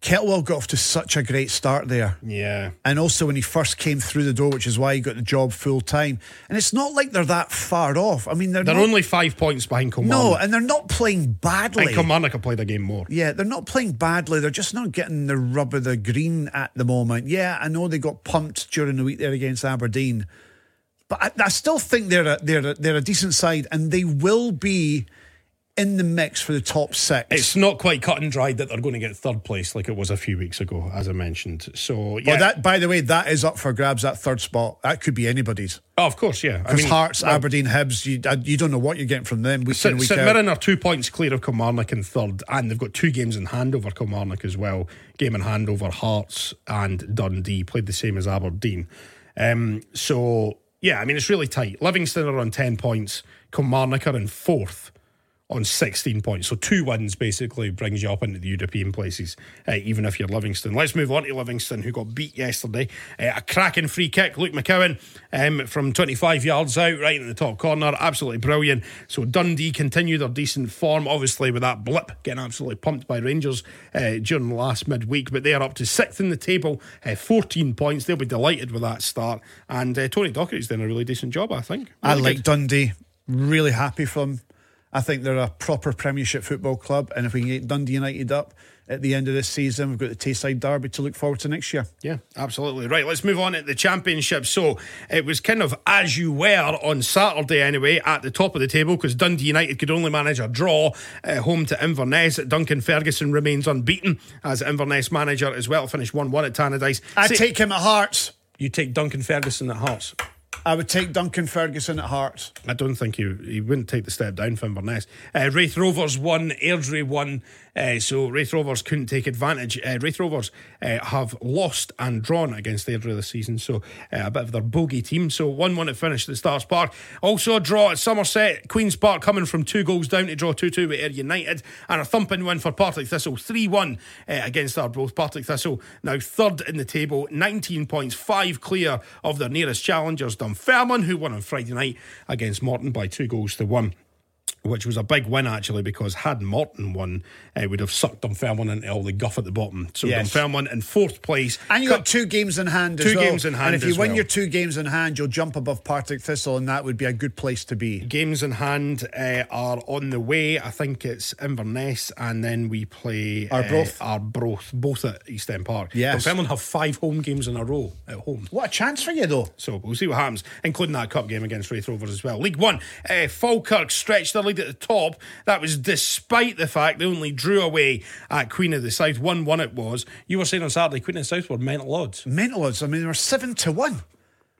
S3: Kettlewell got off to such a great start there.
S2: Yeah.
S3: And also when he first came through the door, which is why he got the job full time. And it's not like they're that far off. I mean, they're,
S2: They're
S3: not,
S2: only five points behind
S3: no,
S2: Kilmarnock.
S3: and they're not playing badly.
S2: and Kilmarnock have played a game more.
S3: Yeah, they're not playing badly. They're just not getting the rub of the green at the moment. Yeah, I know they got pumped during the week there against Aberdeen, but I, I still think they're a, they're a, they're a decent side, and they will be in the mix for the top six.
S2: It's not quite cut and dried that they're going to get third place like it was a few weeks ago, as I mentioned. So, yeah.
S3: Well, that by the way, that is up for grabs. That third spot, that could be anybody's.
S2: Oh, of course, yeah. I
S3: Because Hearts, Aberdeen, Hibs, you, uh, you don't know what you're getting from them week in
S2: St,
S3: and week
S2: St
S3: out.
S2: Mirren are two points clear of Kilmarnock in third, and they've got two games in hand over Kilmarnock as well. Game in hand over Hearts and Dundee, played the same as Aberdeen. Um, so, yeah, I mean, it's really tight. Livingston are on 10 points, Kilmarnock are in fourth on 16 points. So, two wins basically brings you up into the European places, uh, even if you're Livingston. Let's move on to Livingston, who got beat yesterday. Uh, a cracking free kick, Luke McCowan um, from 25 yards out, right in the top corner. Absolutely brilliant. So Dundee continue their decent form, obviously, with that blip getting absolutely pumped by Rangers uh, during the last midweek. But they are up to sixth in the table, uh, 14 points. They'll be delighted with that start. And uh, Tony Docherty's done a really decent job, I think.
S3: I
S2: Really
S3: like
S2: good.
S3: Dundee. Really happy for them. I think they're a proper Premiership football club, and if we can get Dundee United up at the end of this season, we've got the Tayside Derby to look forward to next year.
S2: Yeah, absolutely. Right, let's move on at the championship. So it was kind of as you were on Saturday, anyway, at the top of the table because Dundee United could only manage a draw at home to Inverness. Duncan Ferguson remains unbeaten as Inverness manager as well, finished 1 1 at Tannadice.
S3: I
S2: Say-
S3: take him at Hearts.
S2: you take Duncan Ferguson at Hearts.
S3: I would take Duncan Ferguson at Hearts.
S2: I don't think he he wouldn't take the step down for Inverness. Uh, Wraith Rovers won, Airdrie won, uh, so Wraith Rovers couldn't take advantage. Uh, Wraith Rovers uh, have lost and drawn against Airdrie this season, so uh, a bit of their bogey team. So 1 1 at finish at the Stars Park. Also a draw at Somerset, Queen's Park coming from two goals down to draw 2 2 with Air United, and a thumping win for Partick Thistle 3 1 against Arbroath. Partick Thistle now third in the table, 19 points, five clear of their nearest challengers, Dunfermline, who won on Friday night against Morton by two goals to one. which was a big win actually because had Morton won, it would have sucked Dunfermline into all the guff at the bottom. So
S3: Yes.
S2: Dunfermline in fourth place.
S3: And you
S2: Cup-
S3: got two games in hand. as
S2: Two
S3: well.
S2: games in hand
S3: And if you
S2: as
S3: win
S2: well.
S3: your two games in hand, you'll jump above Partick Thistle, and that would be a good place to be.
S2: games in hand uh, are on the way. I think it's Inverness, and then we play
S3: Arbroath.
S2: Uh, Arbroath, both at East End Park.
S3: Yes.
S2: Dunfermline have five home games in a row at home.
S3: What a chance for you, though.
S2: So we'll see what happens, including that cup game against Wraith Rovers as well. League One, uh, Falkirk stretched their lead at the top. That was despite the fact they only drew away at Queen of the South. 1 1 it was. You were saying on Saturday, Queen of the South were mental odds.
S3: Mental odds. I mean, they were seven to one.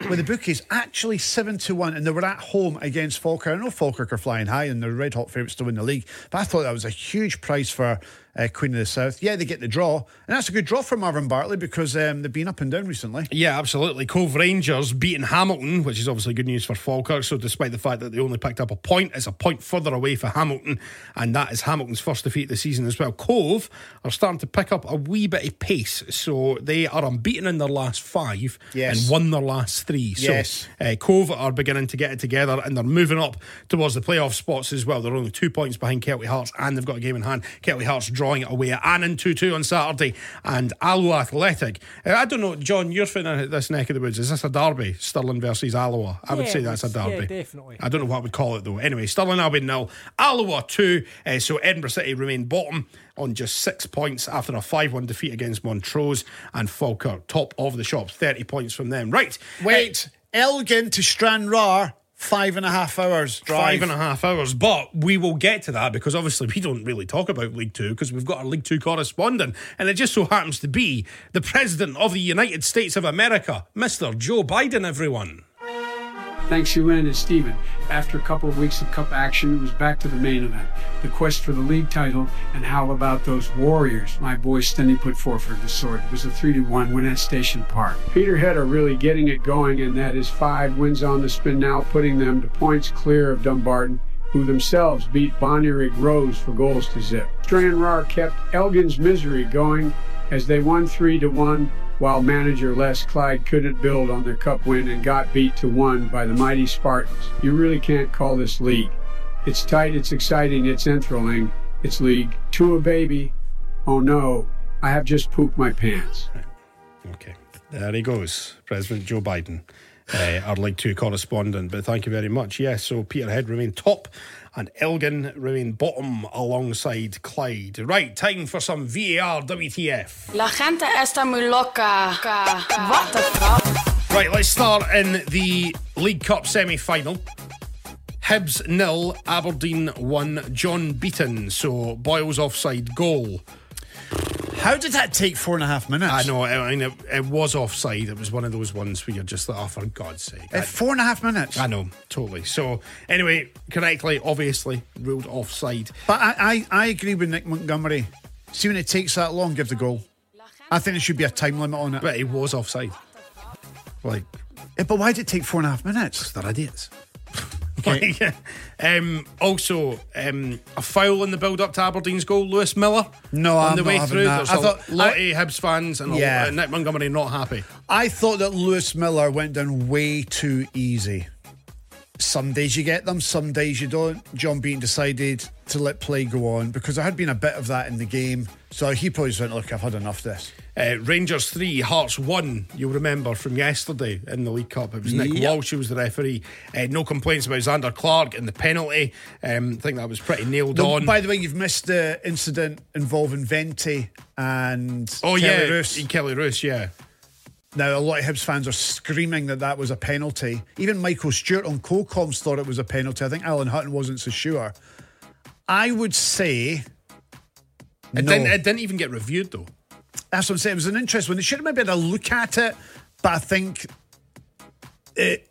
S3: With the bookies, actually seven to one, and they were at home against Falkirk. I know Falkirk are flying high, and they're red hot favourites to win the league. But I thought that was a huge price for uh, Queen of the South. Yeah, they get the draw, and that's a good draw for Marvin Bartley because um, they've been up and down recently.
S2: Yeah, absolutely. Cove Rangers beating Hamilton, which is obviously good news for Falkirk. So, despite the fact that they only picked up a point, it's a point further away for Hamilton, and that is Hamilton's first defeat of the season as well. Cove are starting to pick up a wee bit of pace, so they are unbeaten in their last five
S3: Yes.
S2: and won their last three. So,
S3: Yes.
S2: uh, Cove are beginning to get it together, and they're moving up towards the playoff spots as well. They're only two points behind Kelty Hearts, and they've got a game in hand. Kelty Hearts drawing it away at Annan 2 2 on Saturday, and Alloa Athletic. Uh, I don't know, John, you're from uh, this neck of the woods. Is this a derby? Stirling versus Alloa? I would
S4: Yeah,
S2: say that's a
S4: it's-
S2: derby.
S4: yeah, definitely.
S2: I don't know what I would call it though. Anyway, Stirling Albion nil, Alloa two. Uh, so Edinburgh City remain bottom on just six points after a five-one defeat against Montrose and Falkirk, top of the shops, thirty points from them. Right, uh,
S3: Wait, Elgin to Stranraer, five and a half hours drive.
S2: Five and a half hours, but we will get to that because obviously we don't really talk about League Two because we've got our League Two correspondent, and it just so happens to be the President of the United States of America, Mr. Joe Biden, everyone.
S5: Thanks, UN and Steven. After a couple of weeks of cup action, it was back to the main event the quest for the league title, and how about those Warriors my boy Stenny put forward the sword. It was a 3 to 1 win at Station Park. Peterhead are really getting it going, and that is five wins on the spin now, putting them to points clear of Dumbarton who themselves beat Bonnyrigg Rose for goals to zip. Stranraer kept Elgin's misery going as they won 3 to 1, while manager Les Clyde couldn't build on their cup win and got beat to 1 by the mighty Spartans. You really can't call this league. It's tight, it's exciting, it's enthralling. It's league to a baby. Oh no, I have just pooped my pants.
S2: Okay, there he goes, President Joe Biden, uh, our League Two correspondent. But thank you very much. Yes, so Peterhead remain top, and Elgin remain bottom alongside Clyde. Right, time for some VAR WTF.
S6: La gente está muy loca. Ca- ca- What the fuck?
S2: Right, let's start in the League Cup semi final. Hibs nil, Aberdeen one, John Beaton. So Boyle's offside goal.
S3: How did that take four and a half minutes?
S2: I know, I mean, it, it was offside. It was one of those ones where you're just like, oh, for God's sake.
S3: Uh,
S2: I,
S3: four and a half minutes.
S2: I know, totally. So, anyway, correctly, obviously, ruled offside.
S3: But I, I, I agree with Nick Montgomery. See when it takes that long, give the goal. I think there should be a time limit on it.
S2: But it was offside. Like,
S3: Yeah, but why did it take four and a half minutes?
S2: they're idiots. [LAUGHS] Like, um, also, um, a foul in the build up to Aberdeen's goal, Lewis Miller.
S3: No,
S2: on
S3: I'm
S2: the way
S3: not having
S2: through.
S3: that.
S2: There's
S3: I
S2: a
S3: thought-
S2: lot
S3: I-
S2: of Hibs fans and a
S3: Yeah.
S2: lot of Nick Montgomery not happy.
S3: I thought that Lewis Miller went down way too easy. Some days you get them, some days you don't. John Bean decided to let play go on because there had been a bit of that in the game. So he probably just went, look, I've had enough of this.
S2: Uh, Rangers 3, Hearts 1, you'll remember from yesterday in the League Cup. It was Nick Walsh who was the referee. Uh, no complaints about Xander Clark and the penalty. Um, I think that was pretty nailed
S3: Though,
S2: on.
S3: By the way, you've missed the incident involving Venti and
S2: oh,
S3: Kelly
S2: yeah.
S3: Roos.
S2: Kelly Roos, yeah.
S3: Now, a lot of Hibs fans are screaming that that was a penalty. Even Michael Stewart on Colcoms thought it was a penalty. I think Alan Hutton wasn't so sure. I would say.
S2: It,
S3: no.
S2: didn't, it didn't even get reviewed, though.
S3: That's what I'm saying. It was an interesting one. They should have maybe had a look at it, but I think. It,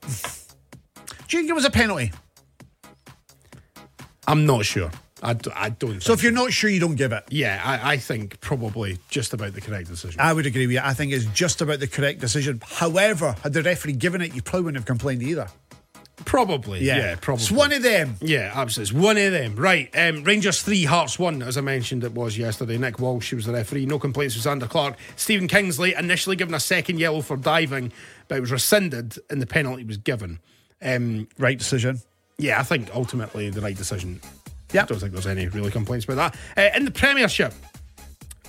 S3: do you think it was a penalty?
S2: I'm not sure. I, d- I don't
S3: So
S2: think
S3: if you're not sure, you don't give it.
S2: Yeah, I, I think probably just about the correct decision.
S3: I would agree with you. I think it's just about the correct decision. However, had the referee given it, you probably wouldn't have complained either.
S2: Probably, yeah, probably.
S3: It's one of them.
S2: Yeah, absolutely. It's one of them. Right. Um, Rangers 3, Hearts 1, as I mentioned, it was yesterday. Nick Walsh was the referee. No complaints with Xander Clark. Stephen Kingsley initially given a second yellow for diving, but it was rescinded and the penalty was given. Um,
S3: Right decision.
S2: yeah, I think ultimately the right decision.
S3: Yep.
S2: I don't think there's any really complaints about that. Uh, in the Premiership,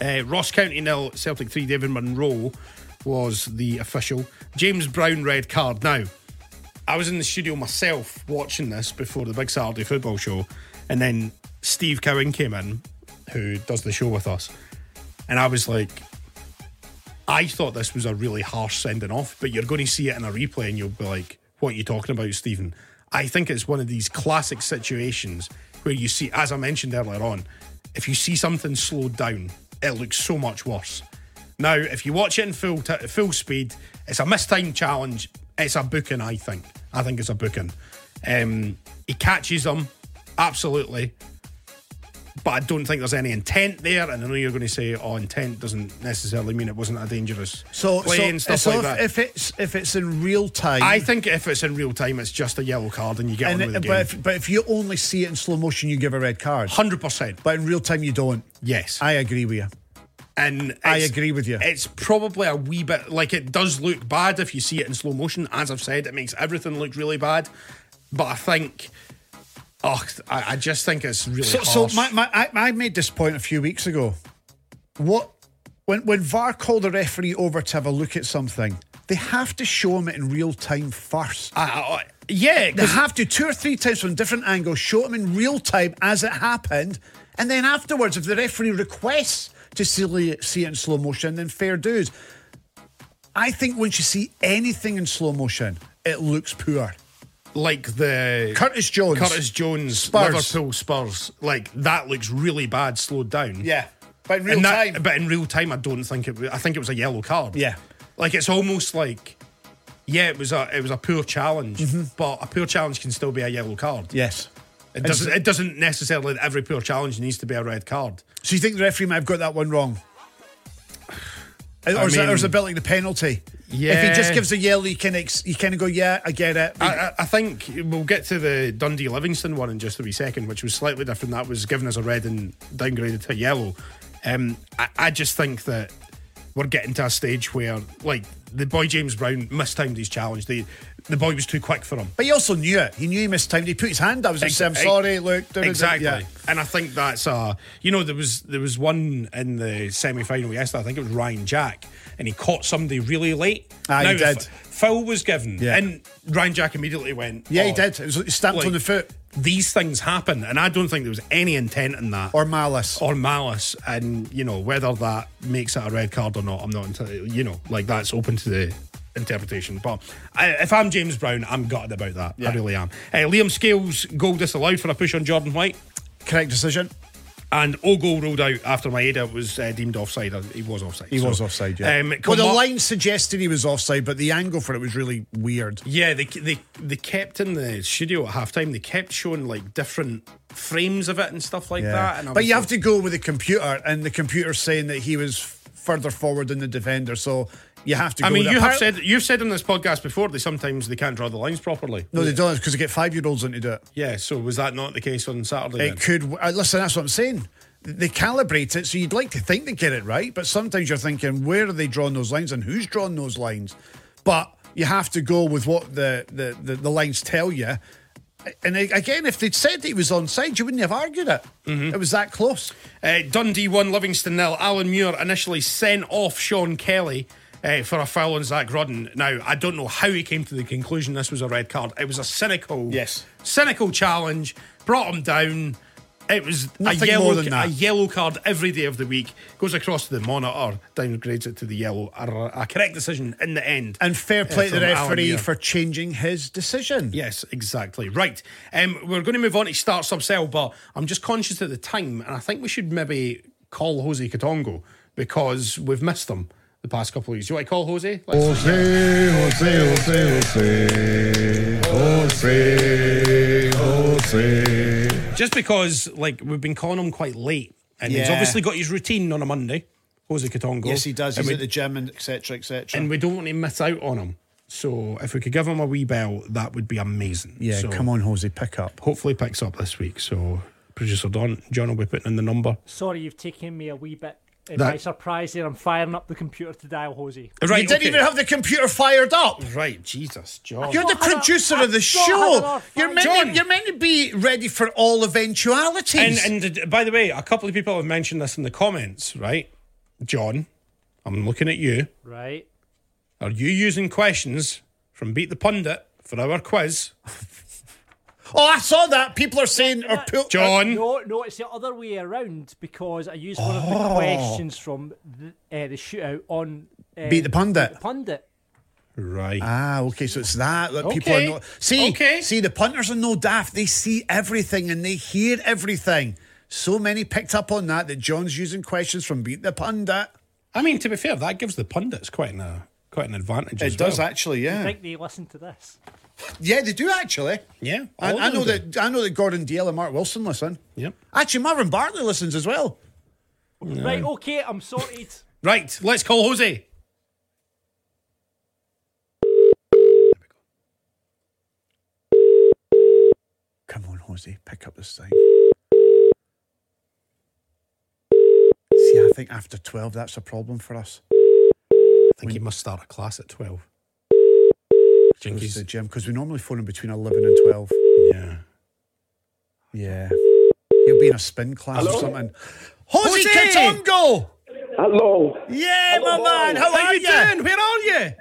S2: uh, Ross County nil, Celtic three. David Munro was the official. James Brown red card. Now, I was in the studio myself watching this before the big Saturday football show, and then Steve Cowan came in, who does the show with us, and I was like, I thought this was a really harsh sending off, but you're going to see it in a replay, and you'll be like, "What are you talking about, Stephen?" I think it's one of these classic situations where you see, as I mentioned earlier on, if you see something slowed down, it looks so much worse. Now, if you watch it in full t- full speed, it's a mistimed challenge. It's a booking, I think. I think it's a booking. Um, he catches them, absolutely, but I don't think there's any intent there. And I know you're going to say, "Oh, intent doesn't necessarily mean it wasn't a dangerous
S3: So,
S2: play
S3: so,
S2: and stuff
S3: so
S2: like
S3: if,
S2: that."
S3: if it's if it's in real time,
S2: I think if it's in real time, it's just a yellow card, and you get
S3: and,
S2: on with the
S3: but
S2: game.
S3: if, but if you only see it in slow motion, you give a red card.
S2: Hundred percent.
S3: But in real time, you don't.
S2: Yes,
S3: I agree with you.
S2: and
S3: I
S2: it's-
S3: agree with you.
S2: It's probably a wee bit like it does look bad if you see it in slow motion. As I've said, it makes everything look really bad. But I think, oh, I, I just think it's really
S3: So, so
S2: harsh.
S3: my, my, I, I made this point a few weeks ago. What when when VAR called the referee over to have a look at something, they have to show him it in real time first.
S2: I- I- yeah,
S3: They
S2: 'cause
S3: have to two or three times from different angles show him in real time as it happened, and then afterwards, if the referee requests to see, see it in slow motion, then fair dues. I think once you see anything in slow motion, it looks poor.
S2: like the
S3: Curtis Jones.
S2: Curtis Jones,
S3: Spurs.
S2: Liverpool Spurs. Like that looks really bad, slowed down.
S3: Yeah, but in real
S2: and that,
S3: time.
S2: But in real time, I don't think it. wa- I think it was a yellow card.
S3: Yeah.
S2: like it's almost like, yeah, it was a it was a poor challenge,
S3: Mm-hmm.
S2: but a poor challenge can still be a yellow card.
S3: yes.
S2: It doesn't. It doesn't necessarily. Every poor challenge needs to be a red card.
S3: So you think the referee might have got that one wrong? Or, is that, or is
S2: mean-
S3: it built like the penalty? If
S2: Yeah.
S3: he just gives a yell, you can ex- you kind of go, yeah, I get it.
S2: I, I- I think we'll get to the Dundee Livingston one in just a wee second, which was slightly different. That was given as a red and downgraded to a yellow. Um, I, I just think that we're getting to a stage where, like, the boy James Brown mistimed his challenge. The the boy was too quick for him.
S3: but he also knew it. He knew he missed time. He put his hand up. He said, I'm
S2: Ex-
S3: sorry, look. da- da- da-
S2: exactly.
S3: yeah.
S2: And I think that's uh you know there was there was one in the semi final yesterday. I think it was Ryan Jack, and he caught somebody really late.
S3: Aye, Ah, he
S2: if
S3: did.
S2: Foul was given,
S3: Yeah.
S2: and Ryan Jack immediately went.
S3: Yeah, he
S2: "Oh,
S3: did. It was he stamped
S2: like,
S3: on the foot
S2: These things happen, and I don't think there was any intent in that
S3: or malice.
S2: or malice. And you know whether that makes it a red card or not, I'm not. Into, you know, like that's open to the interpretation. But I, if I'm James Brown, I'm gutted about that. I really am. Uh, Liam Scales goal disallowed for a push on Jordan White.
S3: Correct decision.
S2: And Ogo ruled out after Maeda was uh, deemed offside. Uh, He was offside.
S3: He
S2: so.
S3: was offside, yeah.
S2: Um,
S3: well, the
S2: Kilmar-
S3: line suggested he was offside, but the angle for it was really weird.
S2: Yeah, they, they they kept in the studio at halftime. They kept showing like different frames of it and stuff like that. And I
S3: but
S2: was
S3: you
S2: like-
S3: have to go with the computer, and the computer's saying that he was f- further forward than the defender, so you have to go
S2: I mean,
S3: with it.
S2: you have
S3: Apparently-
S2: said you've said on this podcast before. They sometimes they can't draw the lines properly.
S3: No, they don't, because they get five year olds into do it.
S2: Yeah. So was that not the case on Saturday? then?
S3: It could. Uh, listen, that's what I'm saying. They calibrate it, so you'd like to think they get it right, but sometimes you're thinking, where are they drawing those lines and who's drawing those lines? But you have to go with what the the, the, the lines tell you. And a- again, if they'd said that he was onside, you wouldn't have argued it.
S2: Mm-hmm.
S3: It was that close.
S2: Uh, Dundee won Livingston nil. Alan Muir initially sent off Sean Kelly uh, for a foul on Zach Rodden. Now, I don't know how he came to the conclusion this was a red card. It was a cynical,
S3: Yes.
S2: cynical challenge. Brought him down. It was a
S3: Nothing
S2: yellow,
S3: more than
S2: a
S3: that.
S2: yellow card every day of the week. Goes across to the monitor, downgrades it to the yellow. A, a correct decision in the end.
S3: And fair play
S2: uh,
S3: to the
S2: from Alan
S3: referee
S2: Muir.
S3: for changing his decision.
S2: Yes, exactly. Right. Um, we're going to move on to start sub sell, but I'm just conscious of the time, and I think we should maybe call Jose Katongo because we've missed him the past couple of years. Do you want to call Jose? Let's-
S3: Oh.
S7: Jose, Jose, Jose, Jose, Jose, Jose.
S2: Just because, like, we've been calling him quite late, and he's
S3: Yeah.
S2: obviously got his routine on a Monday. Jose Katongo. And we,
S3: gym and etc. etc.
S2: and we don't want to miss out on him. So if we could give him a wee bell, that would be amazing.
S3: Yeah,
S2: So
S3: come on, Jose, pick up.
S2: Hopefully picks up this week. So producer Don John will be putting in the number.
S4: Sorry, you've taken me a wee bit uh, by
S2: That-
S4: surprise there. I'm firing up the computer to dial Hosey.
S2: Right,
S3: you didn't
S2: okay.
S3: even have the computer fired up.
S2: Right, Jesus, John.
S3: You're the
S4: had a-
S3: producer of the
S4: I've not had
S3: show.
S4: enough.
S3: You're meant, to,
S2: John.
S3: you're meant to be ready for all
S2: And,
S3: eventualities.
S2: and uh, by the way, a couple of people have mentioned this in the comments, right? John, I'm looking at you.
S4: Right.
S2: Are you using questions from Beat the Pundit for our quiz?
S3: oh, I saw that. People are saying, or pu-
S2: John,
S4: Uh, No, no, it's the other way around because I used one of
S2: Oh.
S4: the questions from the, uh, the shootout on uh,
S3: Beat the Pundit.
S4: Pundit.
S2: right.
S3: Ah, okay. So it's that that people are
S2: Okay.
S3: not see.
S2: Okay.
S3: See, the punters are no daft. They see everything and they hear everything. So many picked up on that that John's using questions from Beat the Pundit.
S2: I mean, to be fair, that gives the pundits quite an uh, quite an advantage. as well.
S3: actually,
S4: I
S3: yeah.
S4: think they listen to this.
S3: Yeah, they do actually.
S2: Yeah,
S3: I,
S2: all
S3: I
S2: of
S3: know
S2: them.
S3: that. I know that Gordon Dale and Mark Wilson listen.
S2: Yep.
S3: Actually, Marvin Bartley listens as well.
S4: Right, okay, I'm sorted.
S2: Right, let's call Jose.
S3: Come on, Jose, pick up this thing. See, I think after twelve, that's a problem for us.
S2: I think he must start a class at twelve.
S3: Goes
S2: Think
S3: to
S2: he's-
S3: the gym because we normally phone him between eleven and twelve.
S2: yeah.
S3: Yeah. He'll be in a spin class or something. Jose, Katongo!
S8: Hello.
S3: Yeah, my man! How,
S2: How
S3: are
S2: you
S3: you?
S2: doing? Where are you?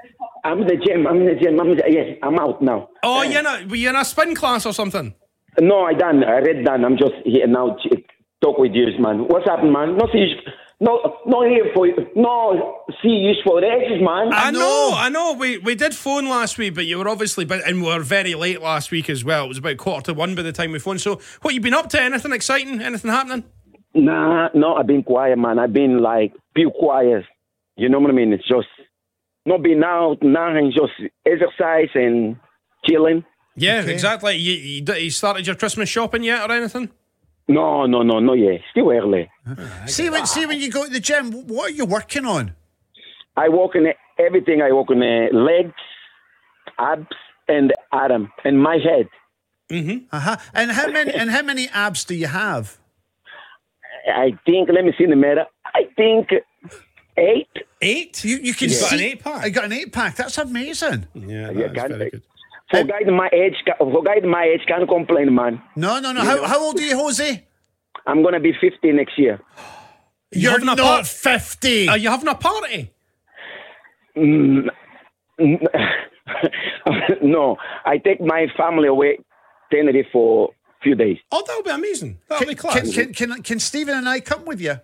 S8: I'm in the gym. I'm in the gym. I'm in the, yes, I'm out now.
S2: Oh, you're not. Were you in a spin class or something?
S8: No, I done. I read done. I'm just here now. to Talk with you, man. What's happened, man? No, see, you- no, no here for you. No, see you for ages, man.
S2: I know,
S3: know.
S2: I know. We we did phone last week, but you were obviously, bu- and we were very late last week as well. It was about quarter to one by the time we phoned. So, what you been up to? Anything exciting? Anything happening?
S8: Nah, no, I've been quiet, man. I've been like be quiet. You know what I mean? It's just not being out, nothing. Just exercise and chilling.
S2: Yeah, exactly. You, you, d- you started your Christmas shopping yet or anything?
S8: No, no, no, no. Yeah, still early.
S3: See when, see when you go to the gym, what are you working on?
S8: I work on everything. I work on uh, legs, abs, and arm, and my head.
S3: Uh-huh. And how many and how many abs do you have?
S8: I think, let me see in the mirror. I think eight.
S2: Eight.
S3: You, you can
S2: You've
S3: see,
S2: got an eight-pack.
S3: I got an eight pack. That's amazing.
S2: Yeah,
S8: Yeah,
S2: that's
S8: can-
S2: very good.
S8: For guys my age, ca- for guys my age, can't complain, man.
S3: No, no, no. How, how old are you, Jose?
S8: I'm gonna be 50 next year. [LAUGHS]
S3: You're
S2: having a
S3: not
S2: part-
S3: fifty.
S2: Are you having a party?
S8: no, I take my family away Tenerife for few days.
S2: Oh, that'll be amazing. That'll
S3: can,
S2: be class.
S3: can, can, can, can Stephen and I come with you?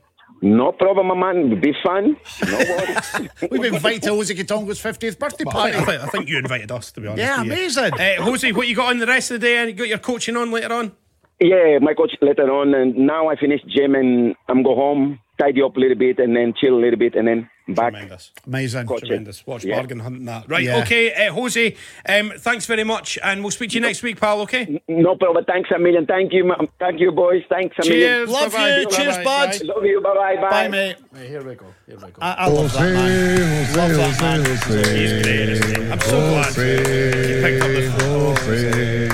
S8: No problem, my man. Be fun. No worries. [LAUGHS]
S3: We've [LAUGHS] invited Jose Katongo's fiftieth birthday
S2: Well, I,
S3: party.
S2: think, I, think, I think you invited us, to be honest.
S3: Yeah,
S2: with you.
S3: amazing.
S2: Uh, Jose, what you got on the rest of the day? You got your coaching on later on?
S8: yeah, my coach later on, and now I finish gym and I'm go home, tidy up a little bit, and then chill a little bit, and then back.
S2: Tremendous.
S3: Amazing.
S8: Coach.
S2: Tremendous. Watch
S8: Yeah.
S2: bargain hunting that. Right,
S3: Yeah.
S2: okay, uh, Jose, um, thanks very much, and we'll speak to you next week, pal, okay?
S8: No problem. Thanks a million. Thank you, ma'am. Thank you, boys. Thanks a
S2: Cheers.
S8: million.
S3: Love
S2: Bye-bye.
S3: you. Cheers,
S2: Bye-bye.
S3: bud.
S8: Love you. Bye-bye. Bye.
S3: Bye, mate.
S2: Here we go. Here we go.
S3: I, I love that man. Love that man.
S2: I'm so glad you picked up the phone.
S7: Jose,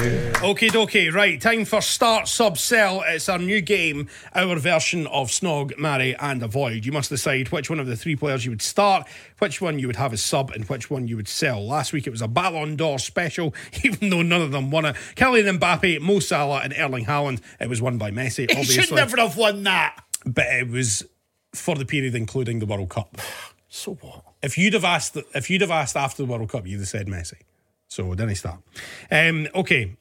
S2: Okay, dokie, right. Time for Start, Sub, Sell. It's our new game, our version of Snog, Marry, and Avoid. You must decide which one of the three players you would start, which one you would have as sub, and which one you would sell. Last week it was a Ballon d'Or special, [LAUGHS] even though none of them won it. Kylian Mbappe, Mo Salah, and Erling Haaland. It was won by
S3: [LAUGHS]
S2: Messi,
S3: He
S2: obviously.
S3: should never have won that.
S2: but it was for the period including the World
S3: [SIGHS]
S2: Cup. so what? If you'd have asked, if you'd have asked after the World Cup, you'd have said Messi. So then he start. Um, okay,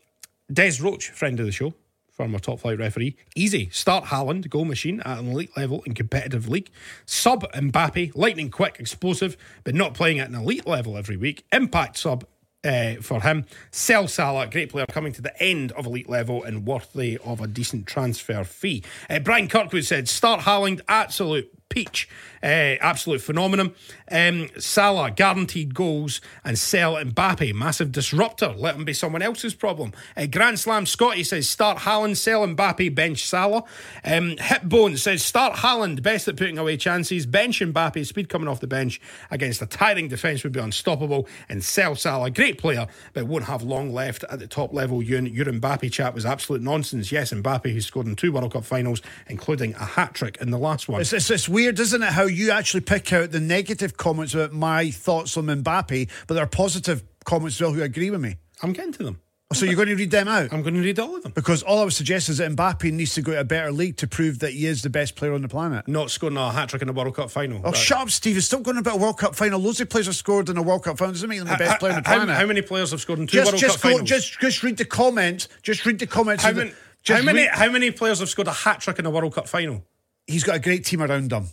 S2: Des Roach, friend of the show, former top flight referee. Easy. Start Haaland, goal machine at an elite level in competitive league. Sub Mbappe, lightning quick, explosive, but not playing at an elite level every week. Impact sub uh, for him. Sell Salah, great player coming to the end of elite level and worthy of a decent transfer fee. Uh, Brian Kirkwood said, start Haaland, absolute peach, uh, absolute phenomenon. Um, Salah, guaranteed goals, and sell Mbappe, massive disruptor. Let him be someone else's problem. Uh, Grand Slam Scotty says, start Haaland, sell Mbappe, bench Salah. Um, Hipbone says, start Haaland, best at putting away chances, bench Mbappe, speed coming off the bench against a tiring defence would be unstoppable, and sell Salah, great player, but won't have long left at the top level. Your, your Mbappe chat was absolute nonsense. Yes, Mbappe, who scored in two World Cup finals, including a hat trick in the last one.
S3: It's, it's, it's weird, isn't it, how you actually pick out the negative comments about my thoughts on Mbappe, but there are positive comments as well who agree with me.
S2: I'm getting to them.
S3: So you're going to read them out?
S2: I'm going to read all of them.
S3: Because all I would suggest is that Mbappe needs to go to a better league to prove that he is the best player on the planet.
S2: Not scoring a hat trick in a World Cup final.
S3: Oh, shut up, Steve. He's still going about a World Cup final. Loads of players have scored in a World Cup final. Doesn't make them the best player on the
S2: How-
S3: planet.
S2: How, many players have scored in two
S3: just,
S2: World
S3: just
S2: Cup
S3: go,
S2: finals?
S3: Just, just read the comments. Just read the comments.
S2: how,
S3: of the-
S2: many,
S3: just
S2: how, many,
S3: read-
S2: how many players have scored a hat trick in a World Cup final?
S3: he's got a great team around him.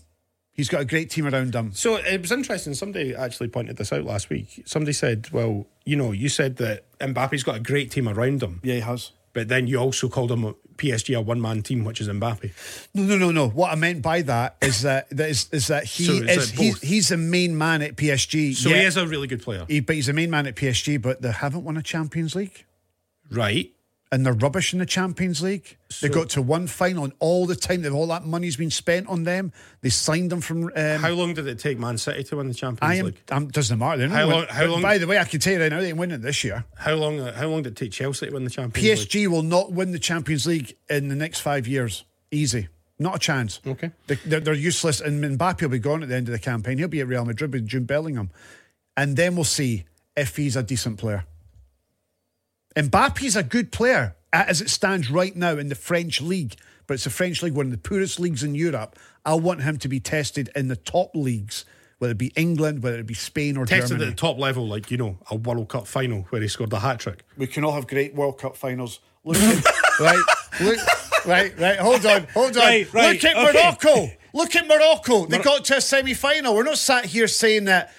S3: He's got a great team around him.
S2: So it was interesting. Somebody actually pointed this out last week. Somebody said, well, you know, you said that Mbappe's got a great team around him,
S9: Yeah, he has.
S2: but then you also called him a PSG a one man team, which is Mbappe.
S3: No, no, no, no. What I meant by that is that, that is, is that he
S2: So is
S3: is
S2: that
S3: he's,
S2: both?
S3: he's the main man at PSG.
S2: So
S3: yeah.
S2: he is a really good player.
S3: He- but he's the main man at PSG, but they haven't won a Champions League.
S2: Right.
S3: and they're rubbish in the Champions League. they got to one final, and all the time that all that money's been spent on them, they signed them from. Um,
S2: How long did it take Man City to win the Champions
S3: I am.
S2: League?
S3: I'm, doesn't matter. They didn't
S2: How
S3: win.
S2: long- how
S3: But
S2: long-
S3: By the way, I can tell you right now, they ain't winning this year.
S2: How long uh, How long did it take Chelsea to win the Champions League?
S3: PSG will not win the Champions League in the next five years. Easy, not a chance.
S2: Okay.
S3: They- They're, they're useless, and Mbappe will be gone at the end of the campaign. He'll be at Real Madrid with Jude Bellingham, and then we'll see if he's a decent player. Mbappe's a good player a- as it stands right now in the French league, but it's the French league, one of the poorest leagues in Europe. I want him to be tested in the top leagugues, whether it be England, whether it be Spain or
S2: Tested at
S3: Germany.
S2: the top level, like, you know, a World Cup final where he scored a hat trick.
S3: We can all have great World Cup finals. Look at, [LAUGHS] right, look, right, right. Hold on, hold on.
S2: Right, right,
S3: look at
S2: okay.
S3: Morocco. Look at Morocco. They got to a semi-final. We're not sat here saying that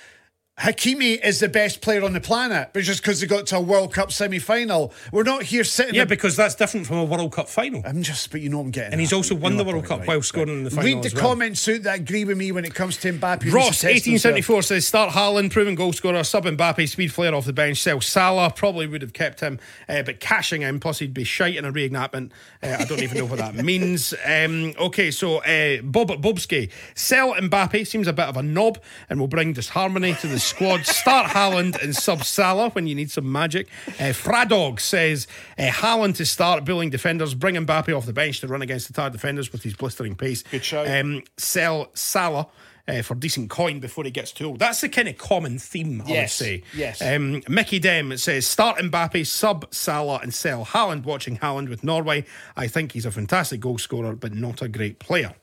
S3: Hakimi is the best player on the planet, but just because they got to a World Cup semi-final, we're not here sitting.
S2: Yeah,
S3: there-
S2: because that's different from a World Cup final.
S3: I'm just, but you know, what I'm getting.
S2: And he's
S3: at.
S2: also
S3: You
S2: won
S3: know
S2: the
S3: what
S2: World
S3: I'm
S2: Cup
S3: getting at,
S2: while
S3: right.
S2: scoring in the final.
S3: Read the
S2: as well.
S3: comments out that agree with me when it comes to Mbappe. He needs
S2: Ross,
S3: to test himself.
S2: 1874 says, start Haaland, proven goal scorer, sub Mbappe, speed player off the bench, sell Salah, probably would have kept him, uh, but cashing him, plus he'd be shite in a reignitment. Uh, I don't even know what that [LAUGHS] means. Um, okay, so uh, Bob Bobski, sell Mbappe, seems a bit of a knob and will bring disharmony to the squad. Start Haaland and sub Salah when you need some magic. Uh, Fradog says, uh, Haaland to start, bullying defenders, bring Mbappe off the bench to run against the tired defenders with his blistering pace. Good
S9: shout.
S2: Um, sell Salah uh, for decent coin before he gets too old. That's the kind of common theme, I
S9: Yes,
S2: would say.
S9: yes.
S2: Um, Mickey Dem says start Mbappe, sub Salah, and sell Haaland. Watching Haaland with Norway, I think he's a fantastic goal scorer, but not a great player.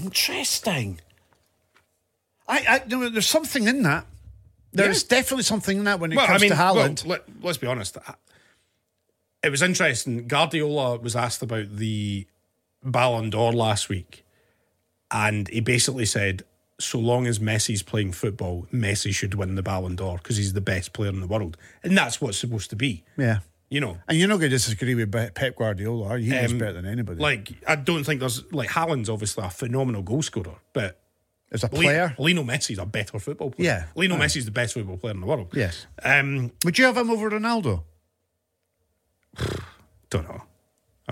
S9: Interesting.
S3: I, I, no, there's something in that. There's definitely something in that when it comes to Haaland.
S2: well, let, let's be honest. I- It was interesting. Guardiola was asked about the Ballon d'Or last week, and he basically said, "So long as Messi's playing football, Messi should win the Ballon d'Or because he's the best player in the world, and that's what's supposed to be."
S3: yeah.
S2: You know,
S3: And you're not going to disagree with Be- Pep Guardiola, are you? He knows
S2: Um,
S3: better than anybody.
S2: like I don't think there's like Haaland's obviously a phenomenal goal scorer, but
S3: As a
S2: Le-
S3: player.
S2: Lionel Messi's a better football player.
S3: Yeah.
S2: Lionel Messi's the best football player in the world.
S3: Yes.
S2: Um,
S3: Would you have him over Ronaldo?
S2: don't know.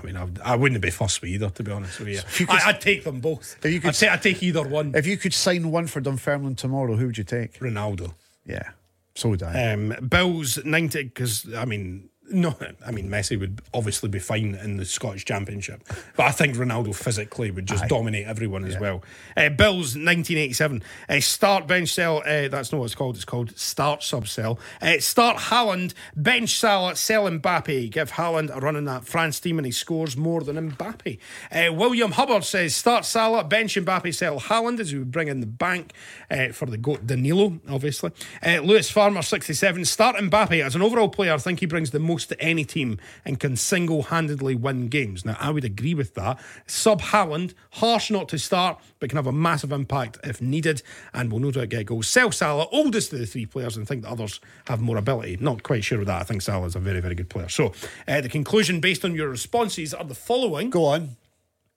S2: I mean, I, would- I wouldn't be fussed with either, to be honest with you.
S3: you could-
S2: I, I'd take them both.
S3: If you could-
S2: I'd, say, I'd take either one.
S3: If you could sign one for Dunfermline tomorrow, who would you take?
S2: Ronaldo.
S3: Yeah. So would I.
S2: Um, Bills 90, because, I mean, no, I mean, Messi would obviously be fine in the Scottish Championship, but I think Ronaldo physically would just dominate everyone as well. Uh, Bills 1987, uh, start bench cell, uh, that's not what it's called, it's called start sub cell. Uh, start Haaland, bench Salah, sell Mbappe, give Haaland a run in that France team and he scores more than Mbappe. Uh, William Hubbard says start Salah, bench Mbappe, sell Haaland as we would bring in the bank uh, for the goat Danilo, obviously. Uh, Lewis Farmer, 67, start Mbappe as an overall player. I think he brings the most to any team and can single handedly win games. Now, I would agree with that. Sub Haaland, harsh not to start, but can have a massive impact if needed and will no doubt get goals. Sell Salah, oldest of the three players, and think the others have more ability. Not quite sure of that. I think Salah is a very, very good player. So, uh, the conclusion based on your responses are the following
S3: Go on.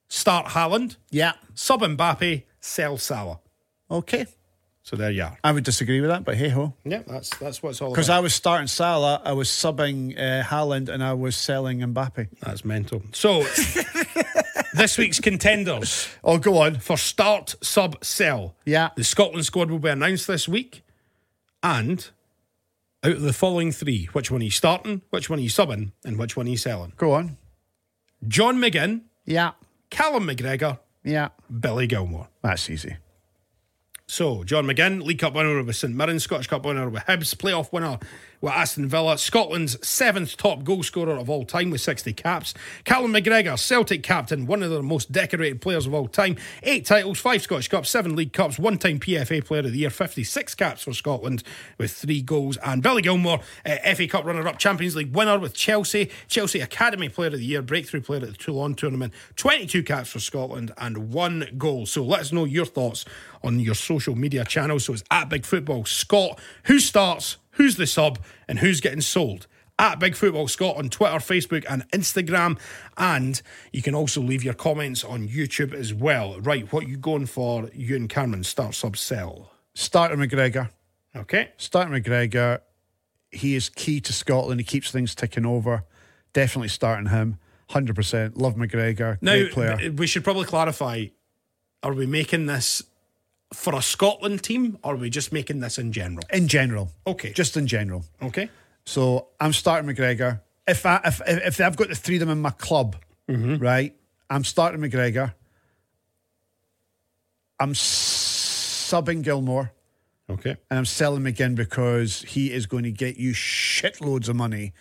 S2: start Haaland,
S3: Yeah.
S2: sub Mbappe, sell Salah.
S3: Okay.
S2: So there you are.
S3: I would disagree with that, but hey ho.
S2: Yeah, that's that's what it's all
S3: Because
S2: about.
S3: I was starting Salah, I was subbing uh, Haaland, and I was selling Mbappe.
S2: that's mental. So [LAUGHS] this week's contenders
S3: Oh, go on.
S2: for start, sub, sell.
S3: Yeah.
S2: The Scotland squad will be announced this week. And out of the following three, which one are you starting, which one are you subbing, and which one are you selling?
S3: Go on.
S2: John McGinn,
S3: Yeah.
S2: Callum McGregor,
S3: Yeah.
S2: Billy Gilmore.
S3: That's easy.
S2: So, John McGinn, League Cup winner with St Mirren, Scottish Cup winner with Hibs, playoff winner with Aston Villa, Scotland's seventh top goal scorer of all time with 60 caps, Callum McGregor, Celtic captain, one of the most decorated players of all time, eight titles, five Scottish Cups, seven League Cups, one time PFA player of the year, 56 caps for Scotland with three goals, and Billy Gilmore, uh, FA Cup runner up, Champions League winner with Chelsea, Chelsea Academy player of the year, breakthrough player at the Toulon tournament, 22 caps for Scotland, and one goal. So, let us know your thoughts on your social media channels. So it's at Big Football Scott. Who starts? Who's the sub? And who's getting sold? At Big Football Scott on Twitter, Facebook, and Instagram. And you can also leave your comments on YouTube as well. Right, what you going for, you and Cameron? Start, sub, sell.
S3: Starter McGregor.
S2: Okay.
S3: Starting McGregor, he is key to Scotland. He keeps things ticking over. Definitely starting him. 100%. Love McGregor.
S2: Now,
S3: great player.
S2: we should probably clarify are we making this for a Scotland team or are we just making this in general?
S3: in general.
S2: Okay.
S3: Just in general.
S2: Okay.
S3: So I'm starting McGregor. If I if if if I've got the three of them in my club, right? I'm starting McGregor. I'm s- subbing Gilmore
S2: Okay.
S3: and I'm selling McGinn because he is going to get you shitloads of money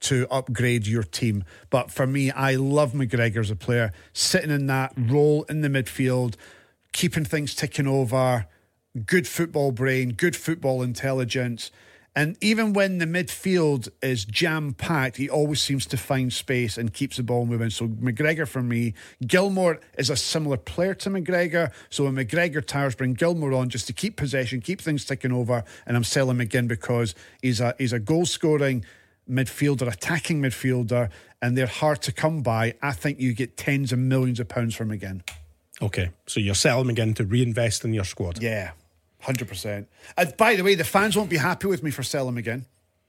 S3: to upgrade your team. But for me, I love McGregor as a player, sitting in that role in the midfield, keeping things ticking over, good football brain, good football intelligence. And even when the midfield is jam packed, he always seems to find space and keeps the ball moving. So, McGregor for me, Gilmore is a similar player to McGregor. So, when McGregor tires, bring Gilmore on just to keep possession, keep things ticking over. And I'm selling McGinn because he's a, he's a goal scoring midfielder, attacking midfielder, and they're hard to come by. I think you get tens of millions of pounds from McGinn.
S2: Okay. So you're selling again to reinvest in your squad.
S3: Yeah, hundred percent. And by the way, the fans won't be happy with me for selling McGinn.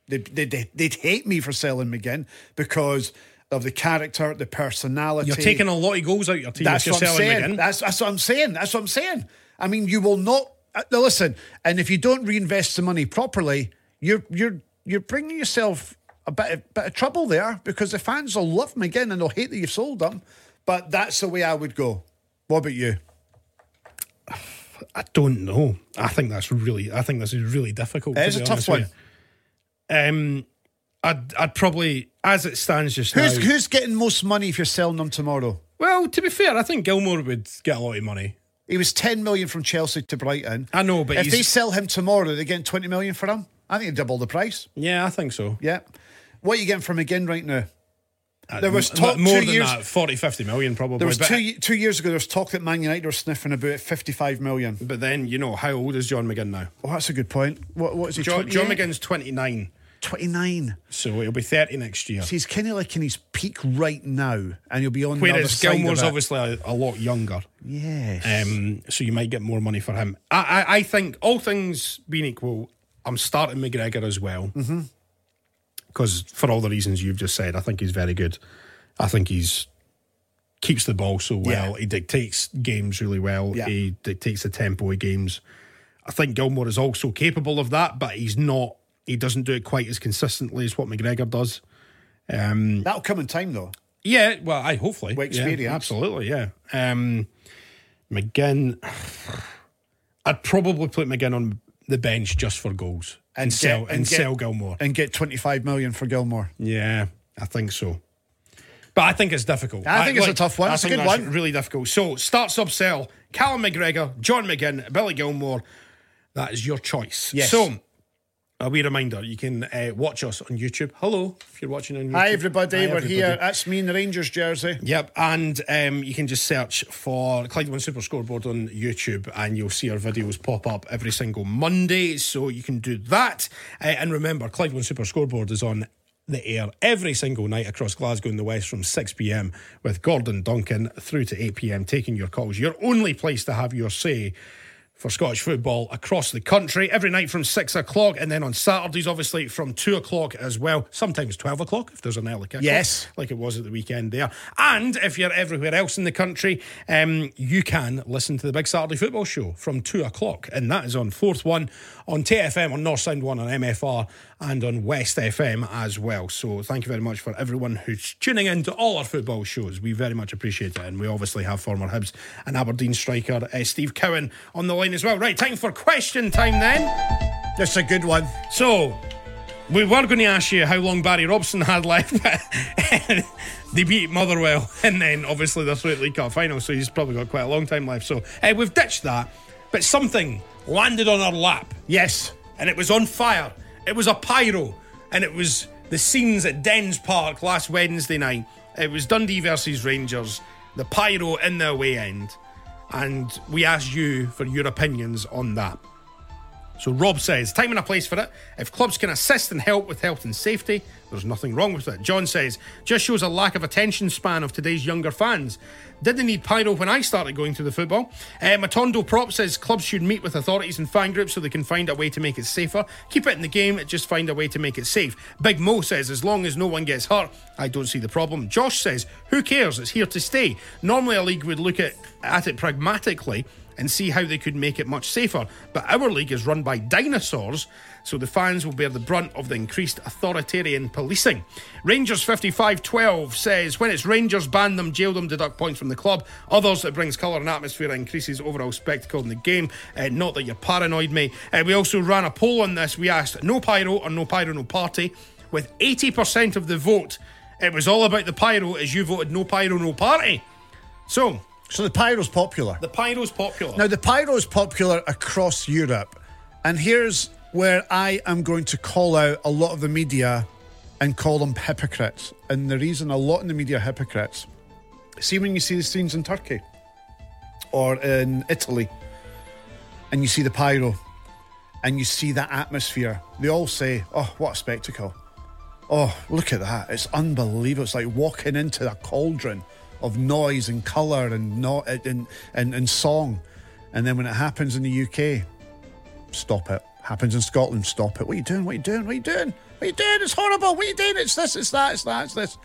S3: They'd, they'd, they'd hate me for selling McGinn because of the character, the personality.
S2: You're taking a lot of goals out your team.
S3: That's
S2: if
S3: what
S2: you're
S3: I'm
S2: selling
S3: saying.
S2: McGinn.
S3: That's, that's what I'm saying. That's what I'm saying. I mean, you will not. uh, Now listen, and if you don't reinvest the money properly, you're you're you're bringing yourself a bit of, bit of trouble there because the fans will love them again and they'll hate that you've sold them. But that's the way I would go. What about you?
S2: I don't know. I think that's really. I think this is really difficult.
S3: It
S2: to
S3: is
S2: be
S3: a
S2: honest
S3: tough
S2: with
S3: one.
S2: you. Um, I'd I'd probably as it stands just
S3: Who's
S2: now.
S3: who's getting most money if you're selling them tomorrow?
S2: Well, to be fair, I think Gilmore would get a lot of money.
S3: He was 10 million from Chelsea to Brighton.
S2: I know, but
S3: if
S2: he's-
S3: they sell him tomorrow, they're getting 20 million for him. I think they double the price.
S2: Yeah, I think so.
S3: Yeah. What are you getting from McGinn right now?
S2: Uh,
S3: There was
S2: m-
S3: talk
S2: more
S3: two
S2: than
S3: years-
S2: that, 40, 50 million probably.
S3: There was
S2: but,
S3: two ye- two years ago there was talk that Man United were sniffing about 55 million.
S2: but then you know how old is John McGinn now?
S3: Oh, that's a good point. What what is he?
S2: John,
S3: 28?
S2: John McGinn's twenty nine,
S3: 29.
S2: so he'll be thirty next year.
S3: So he's kind of like in his peak right now, and he'll be on the other
S2: Whereas
S3: side
S2: Gilmore's
S3: of it.
S2: obviously a, a lot younger.
S3: Yes.
S2: Um, so you might get more money for him. I, I, I think all things being equal, I'm starting McGregor as well. Because for all the reasons you've just said, I think he's very good. I think he's keeps the ball so well. He dictates games really well.
S3: Yeah.
S2: He dictates the tempo of games. I think Gilmore is also capable of that, but he's not. He doesn't do it quite as consistently as what McGregor does. Um,
S3: That'll come in time, though.
S2: yeah, well, I hopefully
S3: With
S2: Yeah,
S3: experience.
S2: absolutely, yeah. Um, McGinn, I'd probably put McGinn on the bench just for goals and,
S3: get-
S2: sell and,
S3: get-
S2: sell Gilmore.
S3: And get 25 million for Gilmore.
S2: yeah, I think so. But I think it's difficult.
S3: I think it's a tough one.
S2: I
S3: It's a
S2: think
S3: good
S2: that's
S3: one.
S2: Really difficult. So start sub sell Callum McGregor, John McGinn, Billy Gilmore. That is your choice.
S3: Yes.
S2: So a wee reminder: you can uh, watch us on YouTube. Hello, if you're watching on YouTube.
S3: Hi, everybody.
S2: Hi,
S3: we're here.
S2: everybody.
S3: That's me in the Rangers jersey.
S2: Yep, and um, you can just search for Clyde One Super Scoreboard on YouTube, and you'll see our videos pop up every single Monday. So you can do that, uh, and remember, Clyde One Super Scoreboard is on the air every single night across Glasgow and the West from 6 p.m. with Gordon Duncan through to 8 p.m. taking your calls. Your only place to have your say for Scottish football across the country every night from six o'clock, and then on Saturdays, obviously from two o'clock as well. Sometimes twelve o'clock if there's an early kick.
S3: Yes.
S2: like it was at the weekend there. And if you're everywhere else in the country, um, you can listen to the Big Saturday Football Show from two o'clock, and that is on Fourth One, on TFM, on North Sound One, on MFR, and on West FM as well. So thank you very much for everyone who's tuning in to all our football shows. We very much appreciate it, and we obviously have former Hibs and Aberdeen striker uh, Steve Cowan on the line online as well. Right, time for question time then.
S3: That's a good one.
S2: So, we were going to ask you how long Barry Robson had left, but [LAUGHS] they beat Motherwell, and then obviously they're through to the League Cup final, so he's probably got quite a long time left. So, eh, we've ditched that, but something landed on our lap
S3: Yes.
S2: and it was on fire. It was a pyro, and it was the scenes at Dens Park last Wednesday night. It was Dundee versus Rangers, the pyro in the away end, and we asked you for your opinions on that. So Rob says, time and a place for it. If clubs can assist and help with health and safety, there's nothing wrong with it. John says, just shows a lack of attention span of today's younger fans. Didn't need pyro when I started going to the football. Uh, Matondo Prop says clubs should meet with authorities and fan groups so they can find a way to make it safer. Keep it in the game, just find a way to make it safe. Big Mo says, as long as no one gets hurt, I don't see the problem. Josh says, who cares? It's here to stay. Normally a league would look at, at it pragmatically and see how they could make it much safer. But our league is run by dinosaurs, so the fans will bear the brunt of the increased authoritarian policing. Rangers 5512 says when it's Rangers, ban them, jail them, deduct points from the club. Others, it brings colour and atmosphere, and increases overall spectacle in the game. Uh, not that you're paranoid, mate. Uh, we also ran a poll on this. We asked no pyro or no pyro, no party. With 80% of the vote, it was all about the pyro as you voted no pyro, no party. So,
S3: So the pyro's popular.
S2: the pyro's popular.
S3: Now, the pyro is popular across Europe, and here's where I am going to call out a lot of the media and call them hypocrites. And the reason a lot in the media are hypocrites, see when you see the scenes in Turkey or in Italy, and you see the pyro, and you see that atmosphere, they all say, "Oh, what a spectacle! Oh, look at that! It's unbelievable! It's like walking into a cauldron of noise and colour and not and, and and song." And then when it happens in the UK, stop it. Happens in Scotland, stop it. What are you doing? What are you doing? What are you doing? What are you doing? It's horrible. What are you doing? It's this. It's that. It's that. It's this.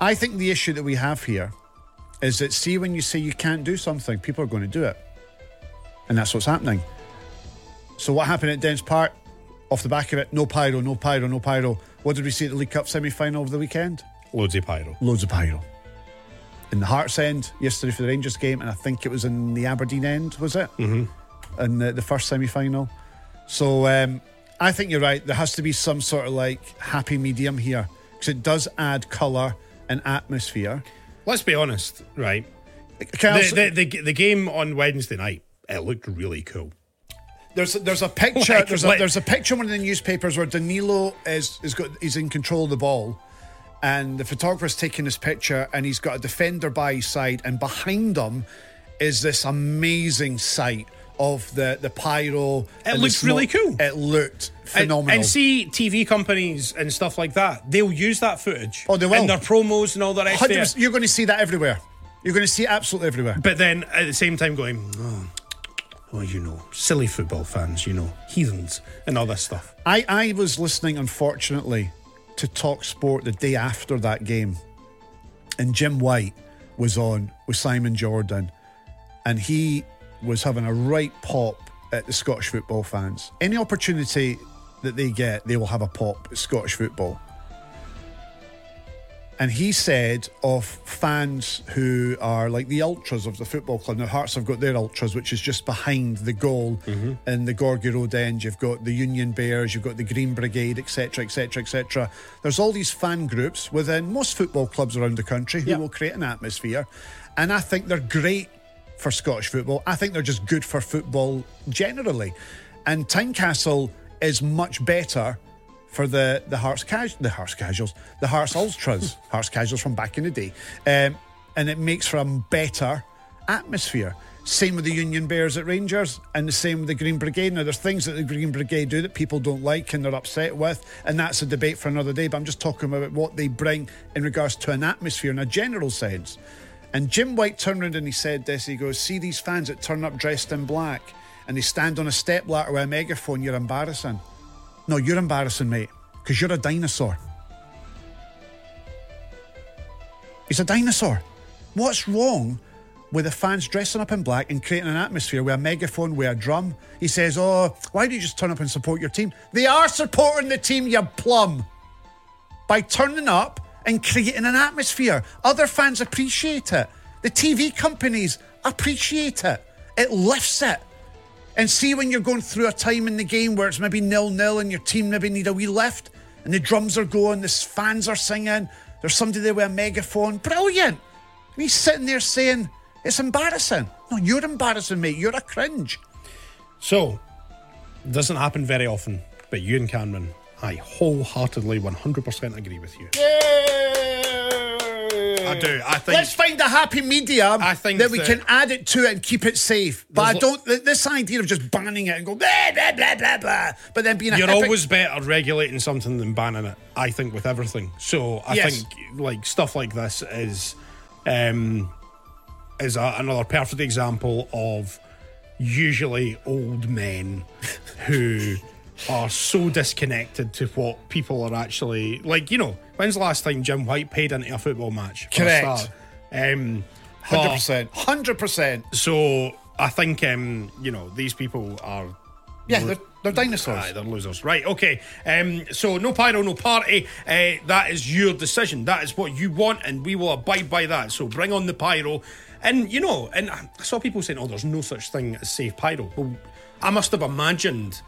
S3: I think the issue that we have here is that see when you say you can't do something, people are going to do it, and that's what's happening. So what happened at Dens Park? Off the back of it, no pyro, no pyro, no pyro. What did we see at the League Cup semi-final of the weekend?
S2: Loads of pyro.
S3: Loads of pyro. In the Hearts end yesterday for the Rangers game, and I think it was in the Aberdeen end, was it? Mm-hmm. In the, the first semi-final. So um, I think you're right. There has to be some sort of like happy medium here because it does add colour and atmosphere.
S2: Let's be honest, right?
S3: Can I also-
S2: The, the, the, the game on Wednesday night, it looked really cool.
S3: There's a, there's a picture.
S2: Like-
S3: there's, a,
S2: like-
S3: there's a picture in one of the newspapers where Danilo is is got he's in control of the ball, and the photographer's taking this picture, and he's got a defender by his side, and behind him is this amazing sight of the the pyro. and the
S2: looks
S3: smoke.
S2: really cool.
S3: It looked
S2: And-
S3: phenomenal.
S2: And, see TV companies and stuff like that, they'll use that footage.
S3: Oh, they will.
S2: In their promos and all the rest of it.
S3: 100% you're going to see that everywhere. You're going to see it absolutely everywhere.
S2: But then at the same time going, oh, oh, you know, silly football fans, you know, heathens and all this stuff.
S3: I, I was listening, unfortunately, to Talk Sport the day after that game. And Jim White was on with Simon Jordan. And he was having a right pop at the Scottish football fans. Any opportunity that they get, they will have a pop at Scottish football. And he said of fans who are like the ultras of the football club. Now, Hearts have got their ultras, which is just behind the goal in the Gorgie Road end. You've got the Union Bears, you've got the Green Brigade, etc., etc., etc. There's all these fan groups within most football clubs around the country who will create an atmosphere. And I think they're great for Scottish football. I think they're just good for football generally. And Tynecastle is much better for the the Hearts cas- the Hearts casuals, the Hearts ultras, Hearts casuals from back in the day, um, and it makes for a better atmosphere. Same with the Union Bears at Rangers, and the same with the Green Brigade. Now, there's things that the Green Brigade do that people don't like and they're upset with, and that's a debate for another day. But I'm just talking about what they bring in regards to an atmosphere in a general sense. And Jim White turned around and he said this. He goes, "See these fans that turn up dressed in black, and they stand on a step ladder with a megaphone. You're embarrassing." No, you're embarrassing, mate, because you're a dinosaur. He's a dinosaur. What's wrong with the fans dressing up in black and creating an atmosphere with a megaphone, with a drum? He says, Oh, why do you just turn up and support your team? They are supporting the team, you plum, by turning up and creating an atmosphere. Other fans appreciate it. The TV companies appreciate it. It lifts it. And see when you're going through a time in the game where it's maybe nil nil and your team maybe need a wee lift and the drums are going, the s- fans are singing, there's somebody there with a megaphone. Brilliant. And he's sitting there saying, It's embarrassing. No, you're embarrassing, mate. You're a cringe.
S2: So, doesn't happen very often, but you and Cameron, I wholeheartedly 100% agree with you. I do. I think.
S3: Let's find a happy medium
S2: I think
S3: that we
S2: that-
S3: can add it to it and keep it safe. But I
S2: There's lo-
S3: don't. th- This idea of just banning it and go blah blah blah blah blah, but then being a
S2: You're
S3: hypocrite- [LAUGHS]
S2: always better regulating something than banning it. I think with everything. So I
S3: Yes.
S2: think like stuff like this is um is a, another perfect example of usually old men [LAUGHS] who are so disconnected to what people are actually like. You know, when's the last time Jim White paid into a football match? for a
S3: Correct.
S2: start? Um, but-
S3: 100%. 100%.
S2: So I think um you know these people are
S3: Yeah, they're, they're dinosaurs.
S2: Aye, they're losers. Right, okay. Um, so no pyro, no party. Uh, that is your decision. That is what you want, and we will abide by that. So bring on the pyro. And you know, and I I saw people saying, "Oh, there's no such thing as safe pyro." Well, I must have imagined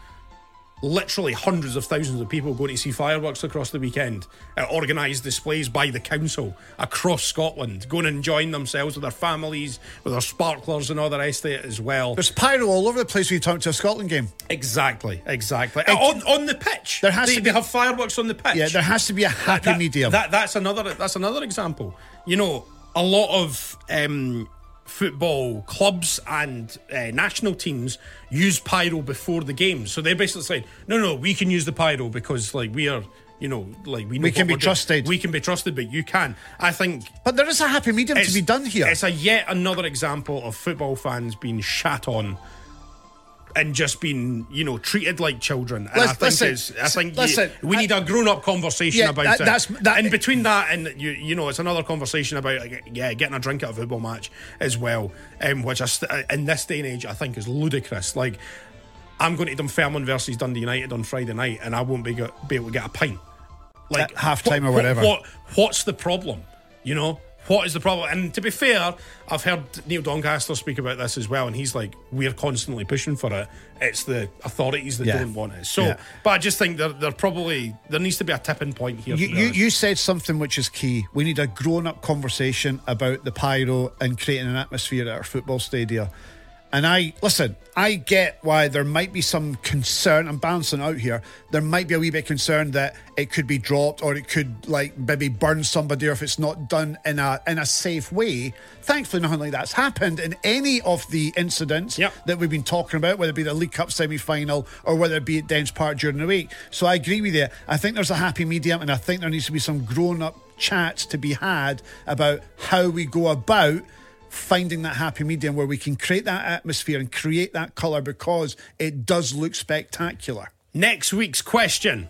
S2: literally hundreds of thousands of people going to see fireworks across the weekend, uh, organised displays by the council across Scotland, going and enjoying themselves with their families, with their sparklers and all the rest of it as well.
S3: There's pyro all over the place when you talk to a Scotland game.
S2: Exactly, exactly. on on the pitch,
S3: There has
S2: they,
S3: to
S2: they
S3: be-
S2: have fireworks on the pitch.
S3: Yeah, there has to be a happy
S2: that,
S3: medium.
S2: That, that's another that's another example. You know, a lot of um, football clubs and uh, national teams use pyro before the game, so they basically say, "No, no, we can use the pyro because like we are." You know, like we know
S3: We
S2: what
S3: can be
S2: we're doing.
S3: trusted.
S2: We can be trusted, but you can. I think
S3: but there is a happy medium to be done here.
S2: it's a yet another example of football fans being shat on and just being, you know, treated like children. And I
S3: Lis-
S2: think
S3: listen,
S2: it's, I think you-
S3: listen,
S2: we
S3: I-
S2: need a grown-up conversation
S3: Yeah,
S2: about
S3: that-
S2: it.
S3: that's- that-
S2: and between that and you, you know, it's another conversation about like, yeah, getting a drink at a football match as well, um, which I st- in this day and age I think is ludicrous. Like. I'm going to Dunfermline versus Dundee United on Friday night, and I won't be, go- be able to get a pint. Like
S3: At halftime or
S2: what-
S3: whatever.
S2: What, what's the problem? You know, what is the problem? And to be fair, I've heard Neil Doncaster speak about this as well, and he's like, we're constantly pushing for it. It's the authorities that
S3: Yeah.
S2: don't want it. So,
S3: Yeah.
S2: but I just think there, there probably there needs to be a tipping point here.
S3: you,
S2: to be
S3: you,
S2: honest.
S3: you said something which is key. We need a grown up conversation about the pyro and creating an atmosphere at our football stadia. And I, listen, I get why there might be some concern. I'm bouncing out here. There might be a wee bit concerned that it could be dropped or it could, like, maybe burn somebody or if it's not done in a in a safe way. Thankfully, nothing like that's happened in any of the incidents
S2: Yep.
S3: that we've been talking about, whether it be the League Cup semi final or whether it be at Dens Park during the week. So I agree with you. I think there's a happy medium, and I think there needs to be some grown up chats to be had about how we go about finding that happy medium where we can create that atmosphere and create that colour because it does look spectacular.
S2: Next week's question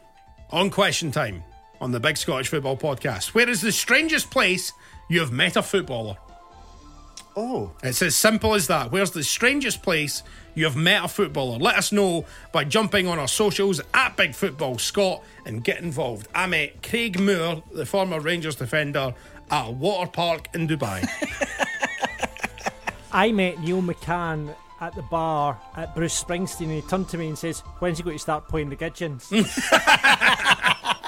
S2: on Question Time on the Big Scottish Football Podcast. Where is the strangest place you have met a footballer?
S3: Oh.
S2: It's as simple as that. Where's the strangest place you have met a footballer? Let us know by jumping on our socials at Big Football Scott and get involved. I met Craig Moore, the former Rangers defender, at a water park in Dubai.
S4: I met Neil McCann at the bar at Bruce Springsteen, and he turned to me and says, "When's he going to start playing the Gidgeons?"
S2: Mm. [LAUGHS]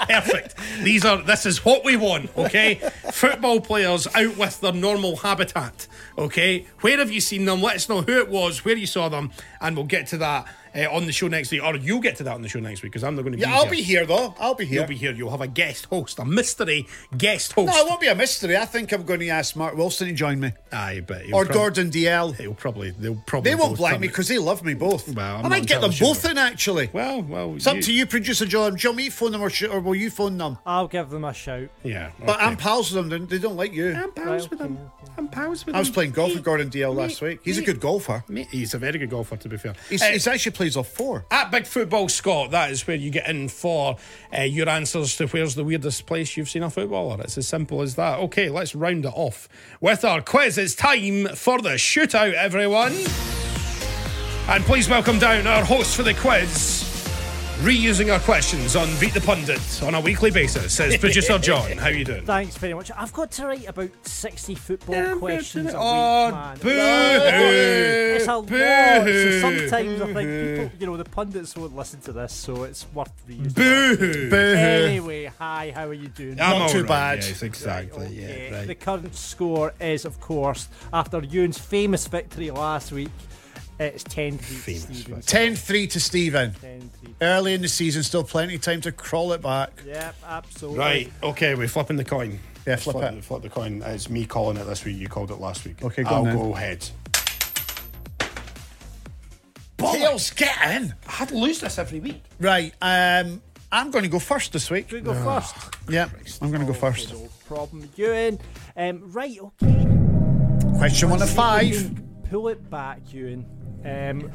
S2: Perfect. These are this is what we want, okay? Football players out with their normal habitat, okay? Where have you seen them? Let us know who it was, where you saw them, and we'll get to that uh, on the show next week, or you'll get to that on the show next week because I'm not going to be.
S3: Yeah, I'll
S2: here.
S3: be here though. I'll be here.
S2: You'll be here. You'll have a guest host, a mystery guest host.
S3: no, it won't be a mystery. I think I'm going to ask Mark Wilson to join me
S2: Aye, but he'll
S3: or
S2: prob-
S3: Gordon DL.
S2: He'll probably. They'll probably.
S3: They won't
S2: both
S3: black
S2: turn
S3: me
S2: it-
S3: because they love me both.
S2: Well, I'm
S3: I
S2: not
S3: might get them
S2: entirely
S3: both
S2: sure.
S3: in actually.
S2: Well, well.
S3: It's up to you, producer John. Do you want me to phone them or, sh- or will you phone them?
S4: I'll give them a shout.
S2: Yeah.
S3: But
S2: okay.
S3: I'm pals with them. They they don't like you.
S2: pals with him. I'm pals with him.
S3: I was playing golf with Gordon DL last week. He's a good golfer.
S2: Mate, he's a very good golfer, to be fair.
S3: He's,
S2: Uh,
S3: he's actually plays off four.
S2: At Big Football Scott, that is where you get in for uh, your answers to where's the weirdest place you've seen a footballer. It's as simple as that. Okay, let's round it off with our quiz. It's time for the shootout, everyone. And please welcome down our host for the quiz, Reusing our questions on Beat the Pundit on a weekly basis, says producer John. How you
S3: [LAUGHS]
S2: doing?
S4: Thanks very much. I've got to write about 60 football questions a week,
S2: Oh,
S4: man.
S2: boo!
S4: It's a lot, so
S2: Boo.
S4: sometimes I think people, you know, the pundits won't listen to this, so it's worth reusing.
S2: Boo!
S4: Anyway, hi, how are you doing?
S2: I'm
S3: Not too
S2: alright,
S3: bad.
S2: Yes, exactly.
S4: Okay,
S2: Yeah,
S4: The
S2: right.
S4: current score is, of course, after Ewan's famous victory last week, it's 10 3
S2: Famous
S4: Stevens.
S3: 10 3 to Stephen.
S4: 10 3.
S3: Early in the season, still plenty of time to crawl it back.
S4: Yep, absolutely.
S2: Right. Okay, we're flipping the coin.
S3: Yeah, flip
S2: flip
S3: it.
S2: Flip the coin. It's me calling it this week. You called it last week.
S3: Okay, go
S2: I'll
S3: on then.
S2: go heads.
S3: Tails, get in.
S2: I'd lose this every week.
S3: Right, um, I'm going to go first this week.
S4: We go
S2: Ah,
S4: first.
S3: Yeah, I'm
S4: Oh,
S3: going to go first.
S4: No problem, Ewan. Um, right, okay.
S3: Question one of five.
S4: Ewan, Pull it back, Ewan. Um,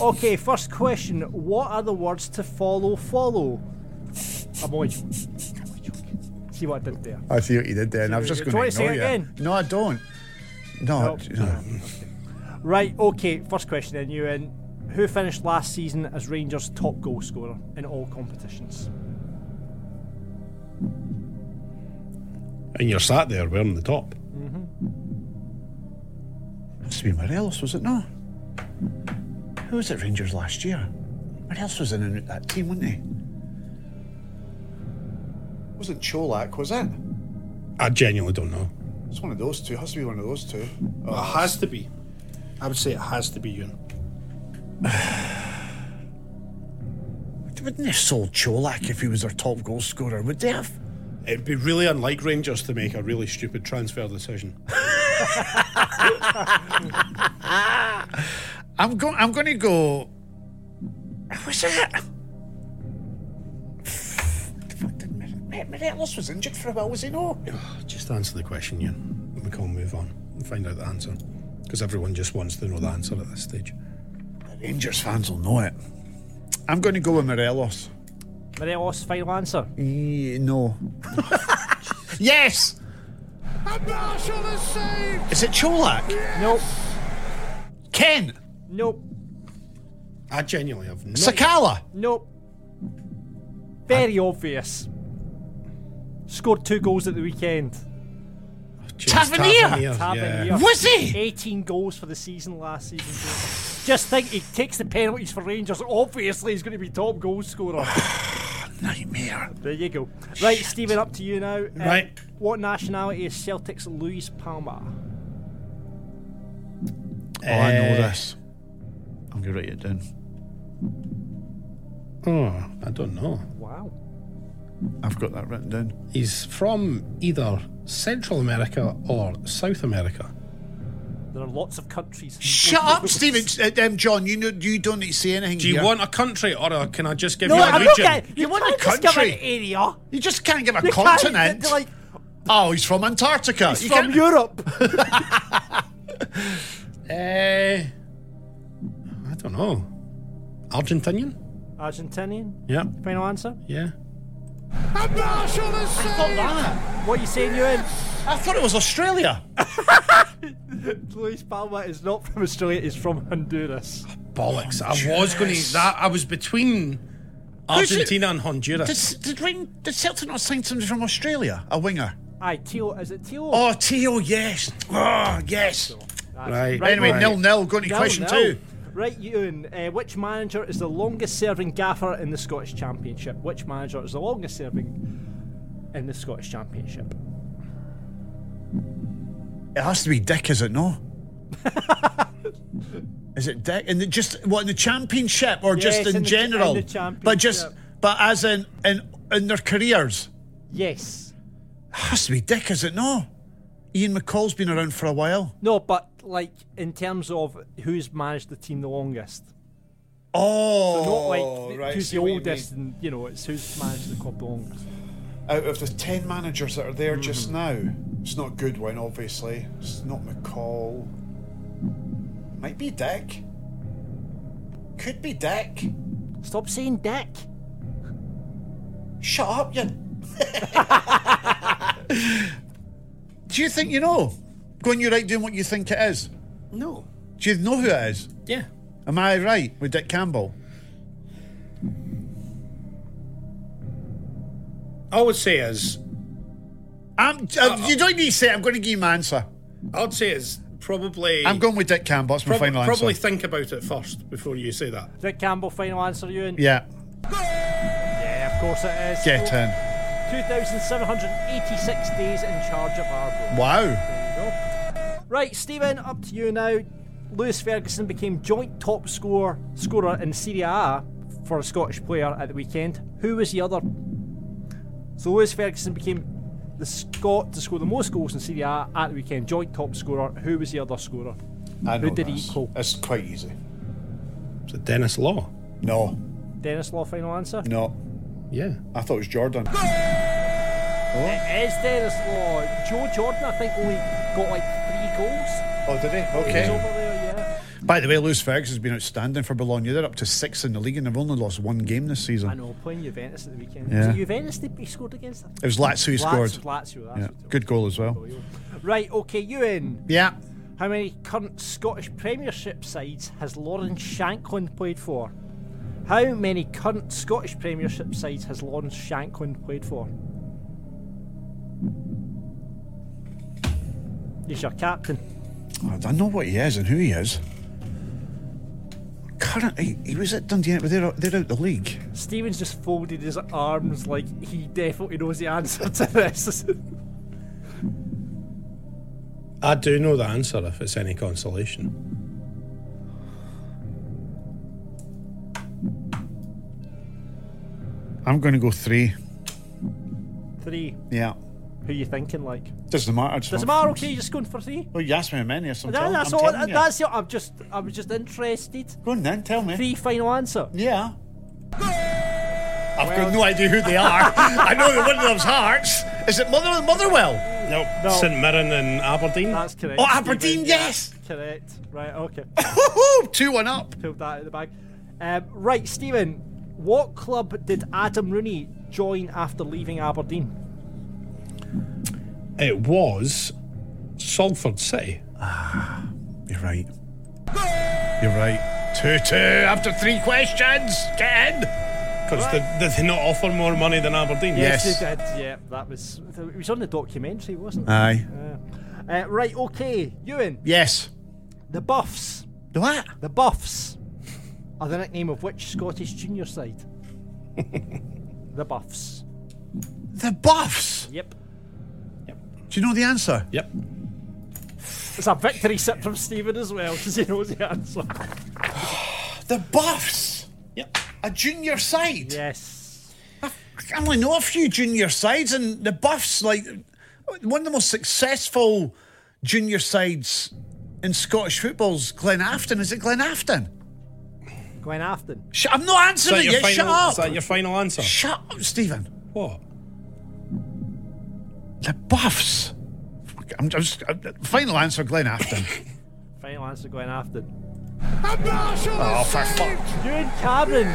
S4: okay, first question. What are the words to follow follow? I'm only joking. See what I did there.
S3: I see what you did there, and I was just
S4: Do
S3: going
S4: you
S3: to
S4: want
S3: ignore
S4: to say it
S3: you.
S4: again?
S3: No, I don't. No,
S4: Nope.
S3: I- no.
S4: Right, okay, first question then, Ewan. Who finished last season as Rangers' top goal scorer in all competitions?
S2: And you're sat there wearing the top.
S3: must have been Morelos, was it not? Who was at Rangers last year? Morelos was in and out that team, wasn't he? Wasn't Cholak, was it?
S2: I genuinely don't know.
S3: It's one of those two. Has to be one of those two.
S2: Oh, It has to be. I would say it has to be Ewan.
S3: [SIGHS] They wouldn't have sold Cholak if he was their top goal scorer, would they have?
S2: It'd be really unlike Rangers to make a really stupid transfer decision.
S3: I'm going. I'm going to go. Was it? [SIGHS] The fuck did Mar- Mar- Morelos was injured for a while, was he not?
S2: Just answer the question, Ewan. We can all move on and find out the answer. Because everyone just wants to know the answer at this stage.
S3: Rangers fans will know it. I'm going to go with Morelos.
S4: Morelos, final answer.
S3: Eh, no. [LAUGHS] yes. Is it Cholak?
S4: Nope,
S3: Ken?
S4: nope,
S2: I genuinely have no.
S3: Sakala?
S4: nope. Very obvious. Scored two goals at the weekend.
S2: James
S3: Tavernier!
S2: yeah.
S4: Tavernier.
S3: Was he?
S4: 18 goals for the season last season. Just think he takes the penalties for Rangers. Obviously, he's going to be top
S3: [SIGHS]
S4: goal scorer.
S3: Nightmare.
S4: there you go. Right, Stephen, up to you now. Um,
S2: Right.
S4: What nationality is Celtic's Luis Palma?
S3: Oh, I know this. I'm going to write it down.
S2: Oh, I don't know.
S4: Wow.
S3: I've got that written down.
S2: He's from either Central America or South America.
S4: There are lots of countries.
S3: Shut up, Stephen. Uh, um, John, you know, you don't need to say anything.
S2: Do you
S3: here.
S2: want a country or a, can I just give
S4: No,
S2: you a
S4: I'm not
S2: region?
S4: getting. You, want to
S3: can't
S4: discover an
S3: country.
S4: area?
S3: You just can't give a
S4: You can't-
S3: continent.
S4: they're like,
S3: oh, he's from Antarctica.
S4: it's
S3: You
S4: from
S3: can't-
S4: Europe.
S2: Eh, I don't know. Argentinian?
S4: Argentinian.
S2: Yeah,
S4: Final answer.
S2: yeah.
S3: I thought that.
S4: What are you saying, Ewan?
S3: I thought it was Australia.
S4: Luis Palma is not from Australia. He's from Honduras.
S2: Bollocks! I was going to that. I was between
S3: Who's it-
S2: Argentina and Honduras.
S3: Did did, Rain, did Celtic not sign somebody from Australia? A winger.
S4: Aye, Teal. Is it Teal?
S3: Oh, Teo, yes. Oh, yes.
S2: right.
S3: Anyway,
S2: right.
S3: nil nil. Going to
S4: No,
S3: question
S4: no.
S3: two.
S4: Right, Ewan. Uh, which manager is the longest serving gaffer in the Scottish Championship? Which manager is the longest serving in the Scottish Championship?
S3: It has to be Dick, is it no? [LAUGHS] is it Dick? And just what in the championship or
S4: Yes,
S3: just in,
S4: in the-
S3: general?
S4: in the
S3: but just but as in in in their careers.
S4: Yes.
S3: It has to be Dick, is it no? Ian McCall's been around for a while.
S4: No, but like in terms of who's managed the team the longest.
S3: Oh,
S4: Not like th-
S3: right,
S4: who's
S3: see
S4: the
S3: what you
S4: oldest, and you know, it's who's managed the club the longest.
S3: mean. Out of the ten managers that are there just now, it's not Goodwin, obviously. It's not McCall. Might be Dick. Could be Dick.
S4: Stop saying Dick.
S3: Shut up, you. [LAUGHS] Do you think you know? Going you right doing what you think it is.
S2: No.
S3: Do you know who it is?
S2: Yeah.
S3: Am I right with Dick Campbell?
S2: I would say is
S3: I'm, uh, you don't need to say. it. I'm going to give you my answer.
S2: I would say is probably
S3: I'm going with Dick Campbell. That's my
S2: prob-
S3: final
S2: probably
S3: answer.
S2: think about it first before you say that.
S4: Dick Campbell, final answer, Ewan?
S3: yeah,
S4: Yeah, of course it is.
S3: get in.
S4: 2,786 days in charge of Arbroath.
S3: Wow.
S4: There you go. Right, Stephen, up to you now. Lewis Ferguson became joint top scorer scorer in Serie A for a Scottish player at the weekend. Who was the other? So Lewis Ferguson became the Scot to score the most goals in Serie A at the weekend. Joint top scorer. Who was the other scorer?
S3: I
S4: Who
S3: know
S4: did he
S3: this.
S4: equal?
S3: It's quite easy.
S2: Is it Dennis Law?
S3: No,
S4: Dennis Law. Final answer.
S3: no.
S2: Yeah.
S3: I thought it was Jordan.
S4: It is Dennis Law. Joe Jordan, I think, only got like three goals.
S3: Oh, did he?
S4: He was over there, yeah.
S3: By the way, Lewis Ferguson has been outstanding for Bologna. They're up to six in the league and they've only lost one game this
S4: I
S3: season.
S4: know, playing Juventus at the weekend.
S3: Yeah.
S4: Was it Juventus they he scored against?
S3: It was Lazio who
S4: Lazio,
S3: scored.
S4: Lazio, that's
S3: Yeah.
S4: what it
S3: Good goal as well.
S4: was. Right, okay, Ewan.
S3: Yeah.
S4: How many current Scottish Premiership sides has Lauren Shanklin played for? How many current Scottish Premiership sides has Lauren Shanklin played for? He's your captain.
S3: I don't know what he is and who he is. Current, he, he was at Dundee, but they're, out- they're out the league.
S4: Stevens just folded his arms like he definitely knows the answer to this. [LAUGHS]
S2: I do know the answer if it's any consolation.
S3: I'm going to go three.
S4: three.
S3: Yeah.
S4: Who you thinking like?
S3: Doesn't matter. Oh, it's
S4: Does it
S3: not-
S4: matter? Okay, you're just going for three.
S3: Well, you asked me how many or something.
S4: That, that's
S3: I'm
S4: all.
S3: telling you.
S4: That's it. I'm just. I was just interested.
S3: Go on then, tell me.
S4: Three final answer.
S3: Yeah. I've got no idea who they are. I know that one of them's hearts. Is it Mother Motherwell?
S2: No,
S4: No.
S2: St Mirren and Aberdeen.
S4: That's correct.
S3: Oh,
S4: Stephen.
S3: Aberdeen, yes.
S4: Correct. Right. Okay.
S3: [LAUGHS] Woohoo! Two one up.
S4: Pulled that out of the bag. Um, right, Stephen. What club did Adam Rooney join after leaving Aberdeen?
S2: It was Salford City.
S3: You're right. You're right. Two two after three questions. Get in.
S2: Because did, did they not offer more money than Aberdeen?
S3: Yes.
S4: they did. Yeah, that was. It was on the documentary, wasn't it?
S3: Aye. Uh-huh.
S4: Uh, right. Okay, Ewan.
S3: Yes.
S4: The Buffs.
S3: The what?
S4: The Buffs are the nickname of which Scottish
S3: [LAUGHS]
S4: junior side? the Buffs.
S3: The Buffs.
S4: Yep.
S3: Do you know the answer?
S2: Yep.
S4: It's a victory sip from Stephen as well because he knows the answer.
S3: The Buffs.
S2: Yep.
S3: A junior side.
S4: Yes.
S3: I only know a few junior sides, and the Buffs, like one of the most successful junior sides in Scottish football's Glen Afton. Is it Glen Afton?
S4: Gwen Afton.
S3: Sh- I'm not
S2: Is that
S3: answering it
S2: your
S3: yet.
S2: final,
S3: Shut up.
S2: Is that your final answer?
S3: Shut up, Stephen.
S2: What?
S3: The Buffs. Fuck, I'm just I'm- final answer,
S2: [LAUGHS]
S3: Glen Afton.
S4: Final answer, Gwen Afton.
S3: oh, for fuck.
S4: You and Cameron,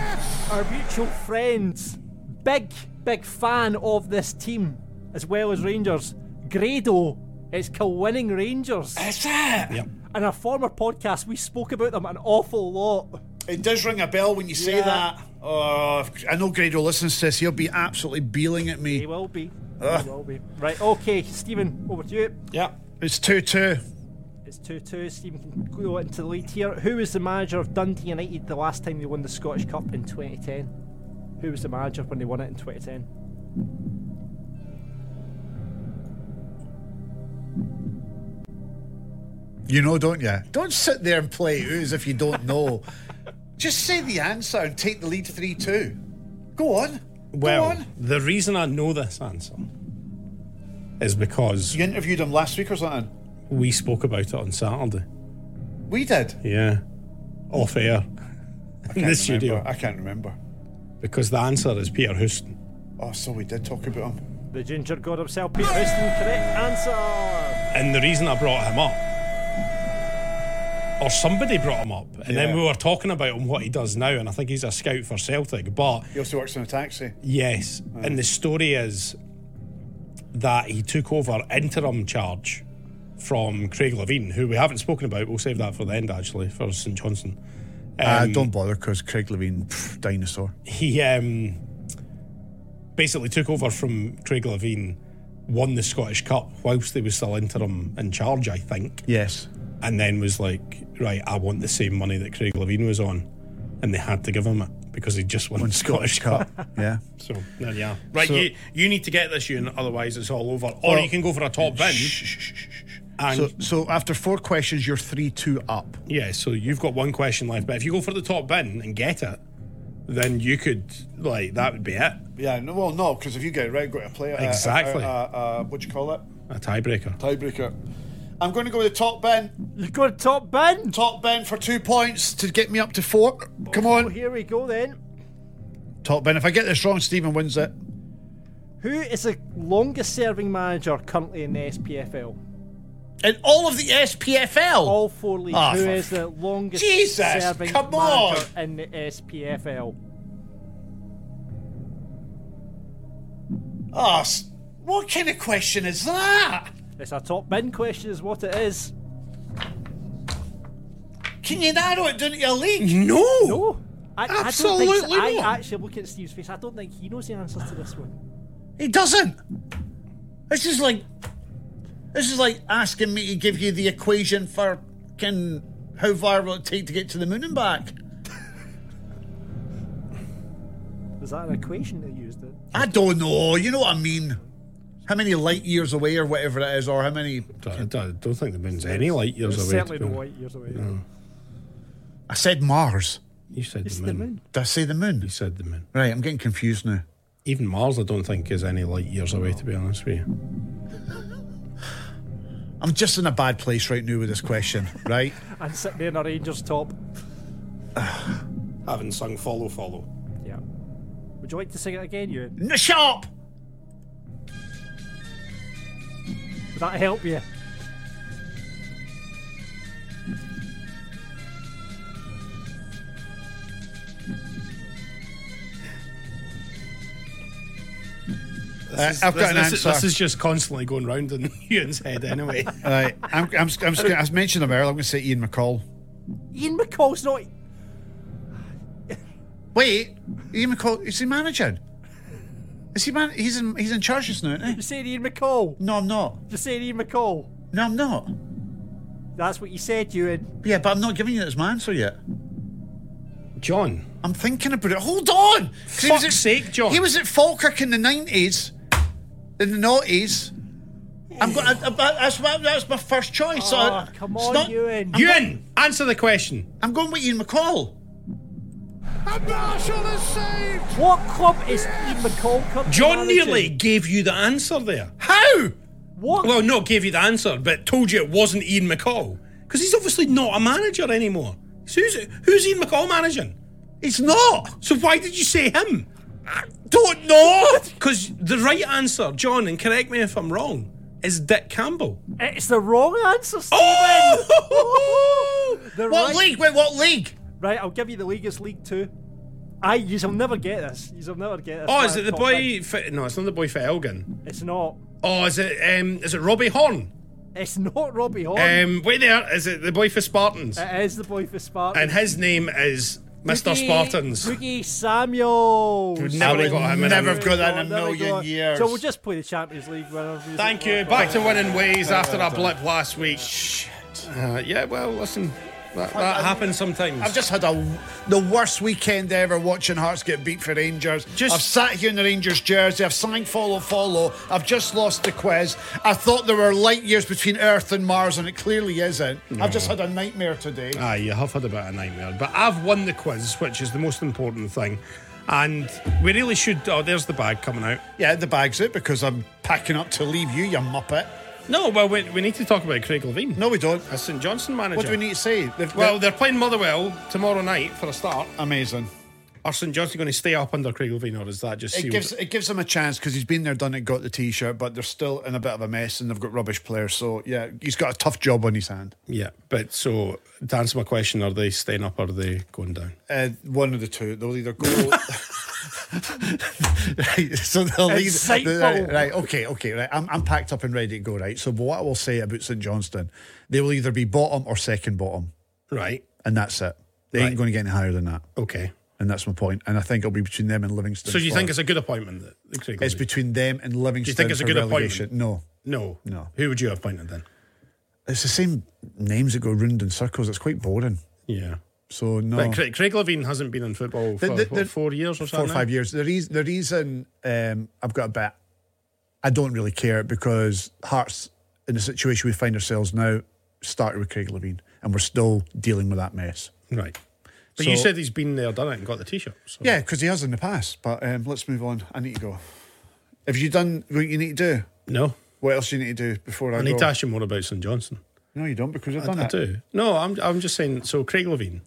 S4: our mutual friends, big, big fan of this team as well as Rangers. Grado is Kilwinning Rangers.
S3: That's it.
S2: Yep.
S4: In our former podcast, we spoke about them an awful lot.
S3: It does ring a bell when you say
S4: Yeah.
S3: that. Oh, if- I know Grado listens to this. He'll be absolutely beeling at
S4: They
S3: me.
S4: will be. They will be. Right, okay, Stephen, over to you.
S2: Yep.
S3: It's 2 2.
S4: It's 2 2. Stephen can go into the lead here. Who was the manager of Dundee United the last time they won the Scottish Cup in 2010? Who was the manager when they won it in 2010?
S3: You know, don't you? Don't sit there and play it as if you don't
S2: [LAUGHS]
S3: know. Just say the answer and take the lead 3 2. Go on. Go
S2: Well,
S3: on.
S2: the reason I know this answer is because
S3: You interviewed him last week or something.
S2: we spoke about it on Saturday.
S3: We did.
S2: Yeah. Off air [LAUGHS]
S3: I
S2: in
S3: can't
S2: the studio.
S3: remember. I can't remember.
S2: Because the answer is Peter Houston.
S3: Oh, so we did talk about him.
S4: The ginger god himself, Peter Houston. Correct answer.
S2: And the reason I brought him up, or somebody brought him up, and then
S3: Yeah.
S2: we were talking about him, what he does now, and I think he's a scout for Celtic. But
S3: He also works in a taxi.
S2: yes, and the story is that he took over interim charge from Craig Levine, who we haven't spoken about. We'll save that for the end, actually, for St Johnson. Um,
S3: Uh, don't bother because Craig Levine, pff, dinosaur.
S2: he um basically took over from Craig Levine, won the Scottish Cup whilst he was still interim in charge, I think,
S3: Yes.
S2: and then was like, right, I want the same money that Craig Levine was on, and they had to give him it because he just won, the Scottish Cup. [LAUGHS]
S3: yeah.
S2: So there you are. Right,
S3: So-
S2: you you need to get this, Ewan, otherwise it's all over. Or you can go for a top bin. And
S3: So, so after four questions, you're three two up.
S2: yeah, so you've got one question left. But if you go for the top bin and get it, then you could like that would be it.
S10: Yeah, no, well, no, because if you get it uh, right, go to play a- a-
S2: Exactly.
S10: A, a, a- uh, what do you call it?
S2: A tiebreaker.
S10: Tiebreaker. I'm going to go with the top Ben.
S4: You got a top bin.
S10: Top Ben for two points.
S3: To get me up to four. Come on.
S4: Here we go then.
S3: Top Ben. If I get this wrong, Stephen wins it.
S4: Who is the longest serving manager currently in the SPFL?
S9: And all of the SPFL.
S4: All four leagues.
S3: Ah,
S4: Who
S3: for
S4: is the longest
S10: Jesus,
S4: serving
S10: come on.
S4: manager in the SPFL?
S10: Ah, s what kind of question is that?
S4: It's a top bin question, is what it is.
S10: Can you narrow it down to a league?
S2: No.
S4: No. Oh, I, I, don't
S2: Absolutely
S4: think,
S2: not.
S4: I actually look at Steve's face. I don't think he knows the answer to this one.
S10: He doesn't. This is like, this is like asking me to give you the equation for can how far will it take to get to the moon and back.
S4: Is that an equation that you used? It?
S10: I don't know. You know what I mean? How many light years away or whatever it is, or how many?
S2: I, I don't think the moon's any light years away.
S4: certainly
S2: to be
S4: no
S2: honest.
S4: light years away.
S10: I said Mars.
S2: You said
S4: It's
S2: the
S4: the
S2: moon.
S4: moon.
S10: Did I say the moon?
S2: You said the moon.
S10: Right, I'm getting confused now.
S2: Even Mars, I don't think is any light years away. To be honest with you.
S3: I'm just in a bad place right now with this question, [LAUGHS] right?
S4: And sitting there in a Rangers top.
S2: Having sung "Follow, Follow."
S4: Yeah. Would you like to sing it again, you?
S10: No, shut up!
S4: Would that help you?
S3: Uh, I've
S2: This-
S3: got an
S2: this,
S3: answer.
S2: is- this is just constantly going round in [LAUGHS] Ewan's head
S3: [LAUGHS]
S2: anyway.
S3: right. I'm, I'm, just- I'm just gonna, I mentioned him earlier. I'm going to say Ian McCall.
S4: Ian McCall's not.
S3: Wait, Ian McCall, is he managing? Is he man? He's in. He's in charge just now, isn't
S4: You
S3: he?
S4: said Ian McCall.
S3: No, I'm not.
S4: You said Ian McCall.
S3: No, I'm not.
S4: That's what you said, Ewan.
S3: Yeah, but I'm not giving you this my answer yet.
S2: John,
S3: I'm thinking about it. Hold on. 'Cause he was
S2: Fuck's
S3: at-
S2: sake, John.
S3: He was at Falkirk in the nineties, in the noughties. I'm going. That's my, that's my first choice. so
S4: Oh,
S3: I-
S4: come
S3: it's
S4: on,
S3: not-
S4: Ewan.
S2: Ewan, answer the question.
S3: I'm going with Ian McCall.
S7: And Marshall is saved!
S4: What club is Ian McCall currently
S2: John
S4: managing?
S2: nearly gave you the answer there.
S3: How?
S4: What?
S2: Well, not gave you the answer, but told you it wasn't Ian McCall because he's obviously not a manager anymore. So who's, who's Ian McCall managing?
S3: It's not.
S2: So why did you say him? I don't know. Because the right answer, John, and correct me if I'm wrong, is Dick Campbell.
S4: It's the wrong answer, Stephen.
S2: [LAUGHS] Oh!
S4: The
S3: What
S4: right-
S3: league? Wait, what league?
S4: Right, I'll give you the league. It's League Two. I, you'll never get this. You'll never get this.
S2: Oh,
S4: man,
S2: is it the
S4: top
S2: boy?
S4: end.
S2: Fi- no, it's not the boy for Elgin.
S4: It's not.
S2: Oh, is it? Um, is it Robbie Horn?
S4: It's not Robbie Horn.
S2: Um, wait there. Is it the boy for Spartans?
S4: it is the boy for Spartans.
S2: And his name is Mr.
S4: Boogie-
S2: Spartans.
S4: Boogie Samuel.
S2: Never got him in
S3: never
S2: a-
S3: have got that in a
S4: Oh, There we go.
S3: million years.
S4: So we'll just play the Champions League winner.
S2: Thank you. Back to winning ways after a blip last week. Uh, yeah, well, listen, that, that happens sometimes.
S3: I've just had a, the worst weekend ever watching Hearts get beat for Rangers.
S2: Just-
S3: I've sat here in the Rangers jersey. I've signed follow follow. I've just lost the quiz. I thought there were light years between Earth and Mars, and it clearly isn't. I've just had a nightmare today.
S2: Aye, you have had a bit of a nightmare, but I've won the quiz, which is the most important thing. And we really should. Oh, there's the bag coming out.
S3: yeah, the bag's it because I'm packing up to leave you, you muppet.
S2: No, well, we, we need to talk about Craig Levine.
S3: No, we don't.
S2: A St Johnson manager.
S3: What do we need to say? They've-
S2: Well,
S3: they're
S2: they're playing Motherwell tomorrow night for a start.
S3: amazing.
S2: Are St Johnson going to stay up under Craig Levine, or is that just
S3: It
S2: sealed?
S3: gives it gives them a chance because he's been there, done it, got the t-shirt, but they're still in a bit of a mess and they've got rubbish players. So yeah, he's got a tough job on his hand.
S2: yeah, but so to answer my question, are they staying up or are they going down?
S3: Uh, one of the two. They'll either go. [LAUGHS] right, so they'll either.
S4: Insightful.
S3: Right, right, okay, okay, right. I'm, I'm packed up and ready to go, right? So, what I will say about St Johnston, they will either be bottom or second bottom,
S2: Right.
S3: and that's it. They
S2: Right.
S3: ain't going to get any higher than that.
S2: Okay.
S3: And that's my point. And I think it'll be between them and Livingston.
S2: So do you
S3: for-
S2: think it's a good appointment? That the Craig
S3: It's
S2: Rooney-
S3: between them and Livingston.
S2: Do you think it's a
S3: for
S2: good
S3: relegation.
S2: appointment?
S3: No.
S2: No.
S3: No.
S2: Who would you have appointed then?
S3: It's the same names that go round in circles. It's quite boring.
S2: Yeah.
S3: So no.
S2: But Craig, Craig Levine hasn't been in football for
S3: The- the-
S2: what,
S3: the-
S2: four years or
S3: four or
S2: something. eh?
S3: five years. The reason, the reason um, I've got a bet, I don't really care because Hearts, in the situation we find ourselves now, started with Craig Levine and we're still dealing with that mess.
S2: Right. But you
S3: So-
S2: said he's been there, done it, and got the t-shirt. So.
S3: Yeah, because he has in the past. But um, let's move on. I need to go. Have you done what you need to do?
S2: No.
S3: What else do you need to do before I,
S2: I
S3: go?
S2: need to ask you more about St Johnson.
S3: No, you don't because I've
S2: I,
S3: done
S2: I
S3: it.
S2: do. No, I'm, I'm just saying. So Craig Levine,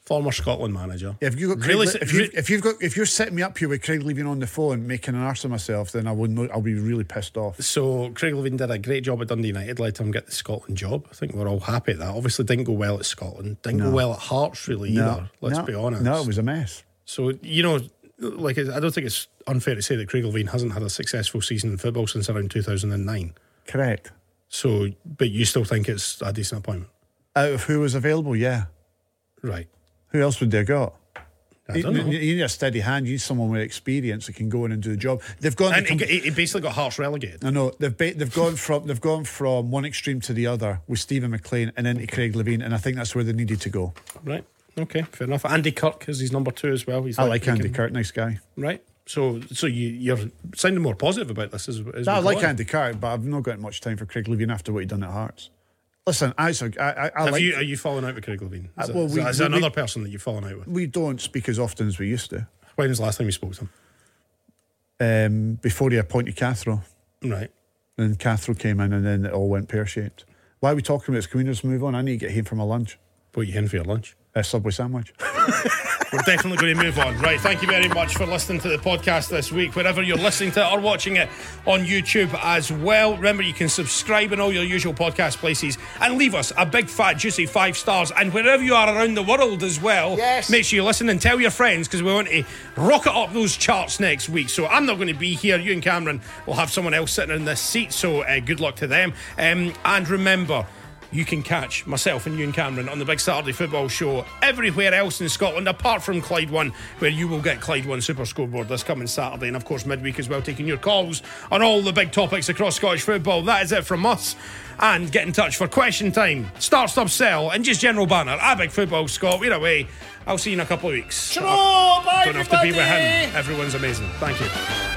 S2: former Scotland manager.
S3: Yeah, if you got Craig,
S2: Really
S3: Le-
S2: si-
S3: if, you,
S2: re-
S3: if you've got if you're setting me up here with Craig leaving on the phone making an arse of myself, then I would not, I'll be really pissed off.
S2: So Craig Levine did a great job at Dundee United, let him get the Scotland job. I think we're all happy at that. Obviously, didn't go well at Scotland. Didn't go well at Hearts, really either. Let's
S3: no,
S2: be honest.
S3: No, it was a mess.
S2: So you know, like I don't think it's unfair to say that Craig Levine hasn't had a successful season in football since around 2009.
S3: Correct.
S2: So, but you still think it's a decent appointment,
S3: Out of who was available, yeah.
S2: right?
S3: Who else would they have got?
S2: I
S3: You,
S2: don't know.
S3: you- you need a steady hand. You need someone with experience that can go in and do the job. They've gone.
S2: And
S3: they
S2: he,
S3: com-
S2: he he basically got Hearts relegated.
S3: I know they've ba- they've gone from they've gone from one extreme to the other with Stephen McLean and into Craig Levine, and I think that's where they needed to go.
S2: Right. Okay. Fair enough. Andy Kirk is his number two as well. He's
S3: I like
S2: he
S3: Andy
S2: can-
S3: Kirk, nice guy.
S2: Right. So, so you you're sounding more positive about this. Is, is
S3: I like Andy Kirk, but I've not got much time for Craig Levine after what he done at Hearts. Listen, I so I I, I
S2: Have
S3: like
S2: you are you falling out with Craig Levine? Is,
S3: Uh,
S2: it-
S3: well,
S2: is
S3: we-
S2: it- is
S3: we-
S2: it another
S3: we-
S2: person that you've fallen out with?
S3: we don't speak as often as we used to.
S2: When was the last time you spoke to him?
S3: Um, before he appointed Cathro,
S2: Right.
S3: then Cathro came in, and then it all went pear shaped. Why are we talking about this? Can we just move on? I need to get home for my lunch.
S2: What you in for your lunch?
S3: A Subway sandwich.
S2: We're definitely going to move on. Right. Thank you very much for listening to the podcast this week, wherever you're listening to it or watching it on YouTube as well. Remember, you can subscribe in all your usual podcast places and leave us a big, fat, juicy five stars. And wherever you are around the world as well,
S10: Yes.
S2: make sure you listen and tell your friends because we want to rocket up those charts next week. So I'm not going to be here. You and Cameron will have someone else sitting in this seat. So uh, good luck to them. Um, and remember, you can catch myself and you and Cameron on the Big Saturday Football Show everywhere else in Scotland, apart from Clyde One, where you will get Clyde One Super Scoreboard this coming Saturday, and of course midweek as well, taking your calls on all the big topics across Scottish football. That is it from us. And get in touch for question time, start, stop, sell, and just general banner. I big football Scott. We're away. I'll see you in a couple of weeks.
S10: Come on, bye,
S2: Don't have to be with
S10: everybody.
S2: him. Everyone's amazing. Thank you.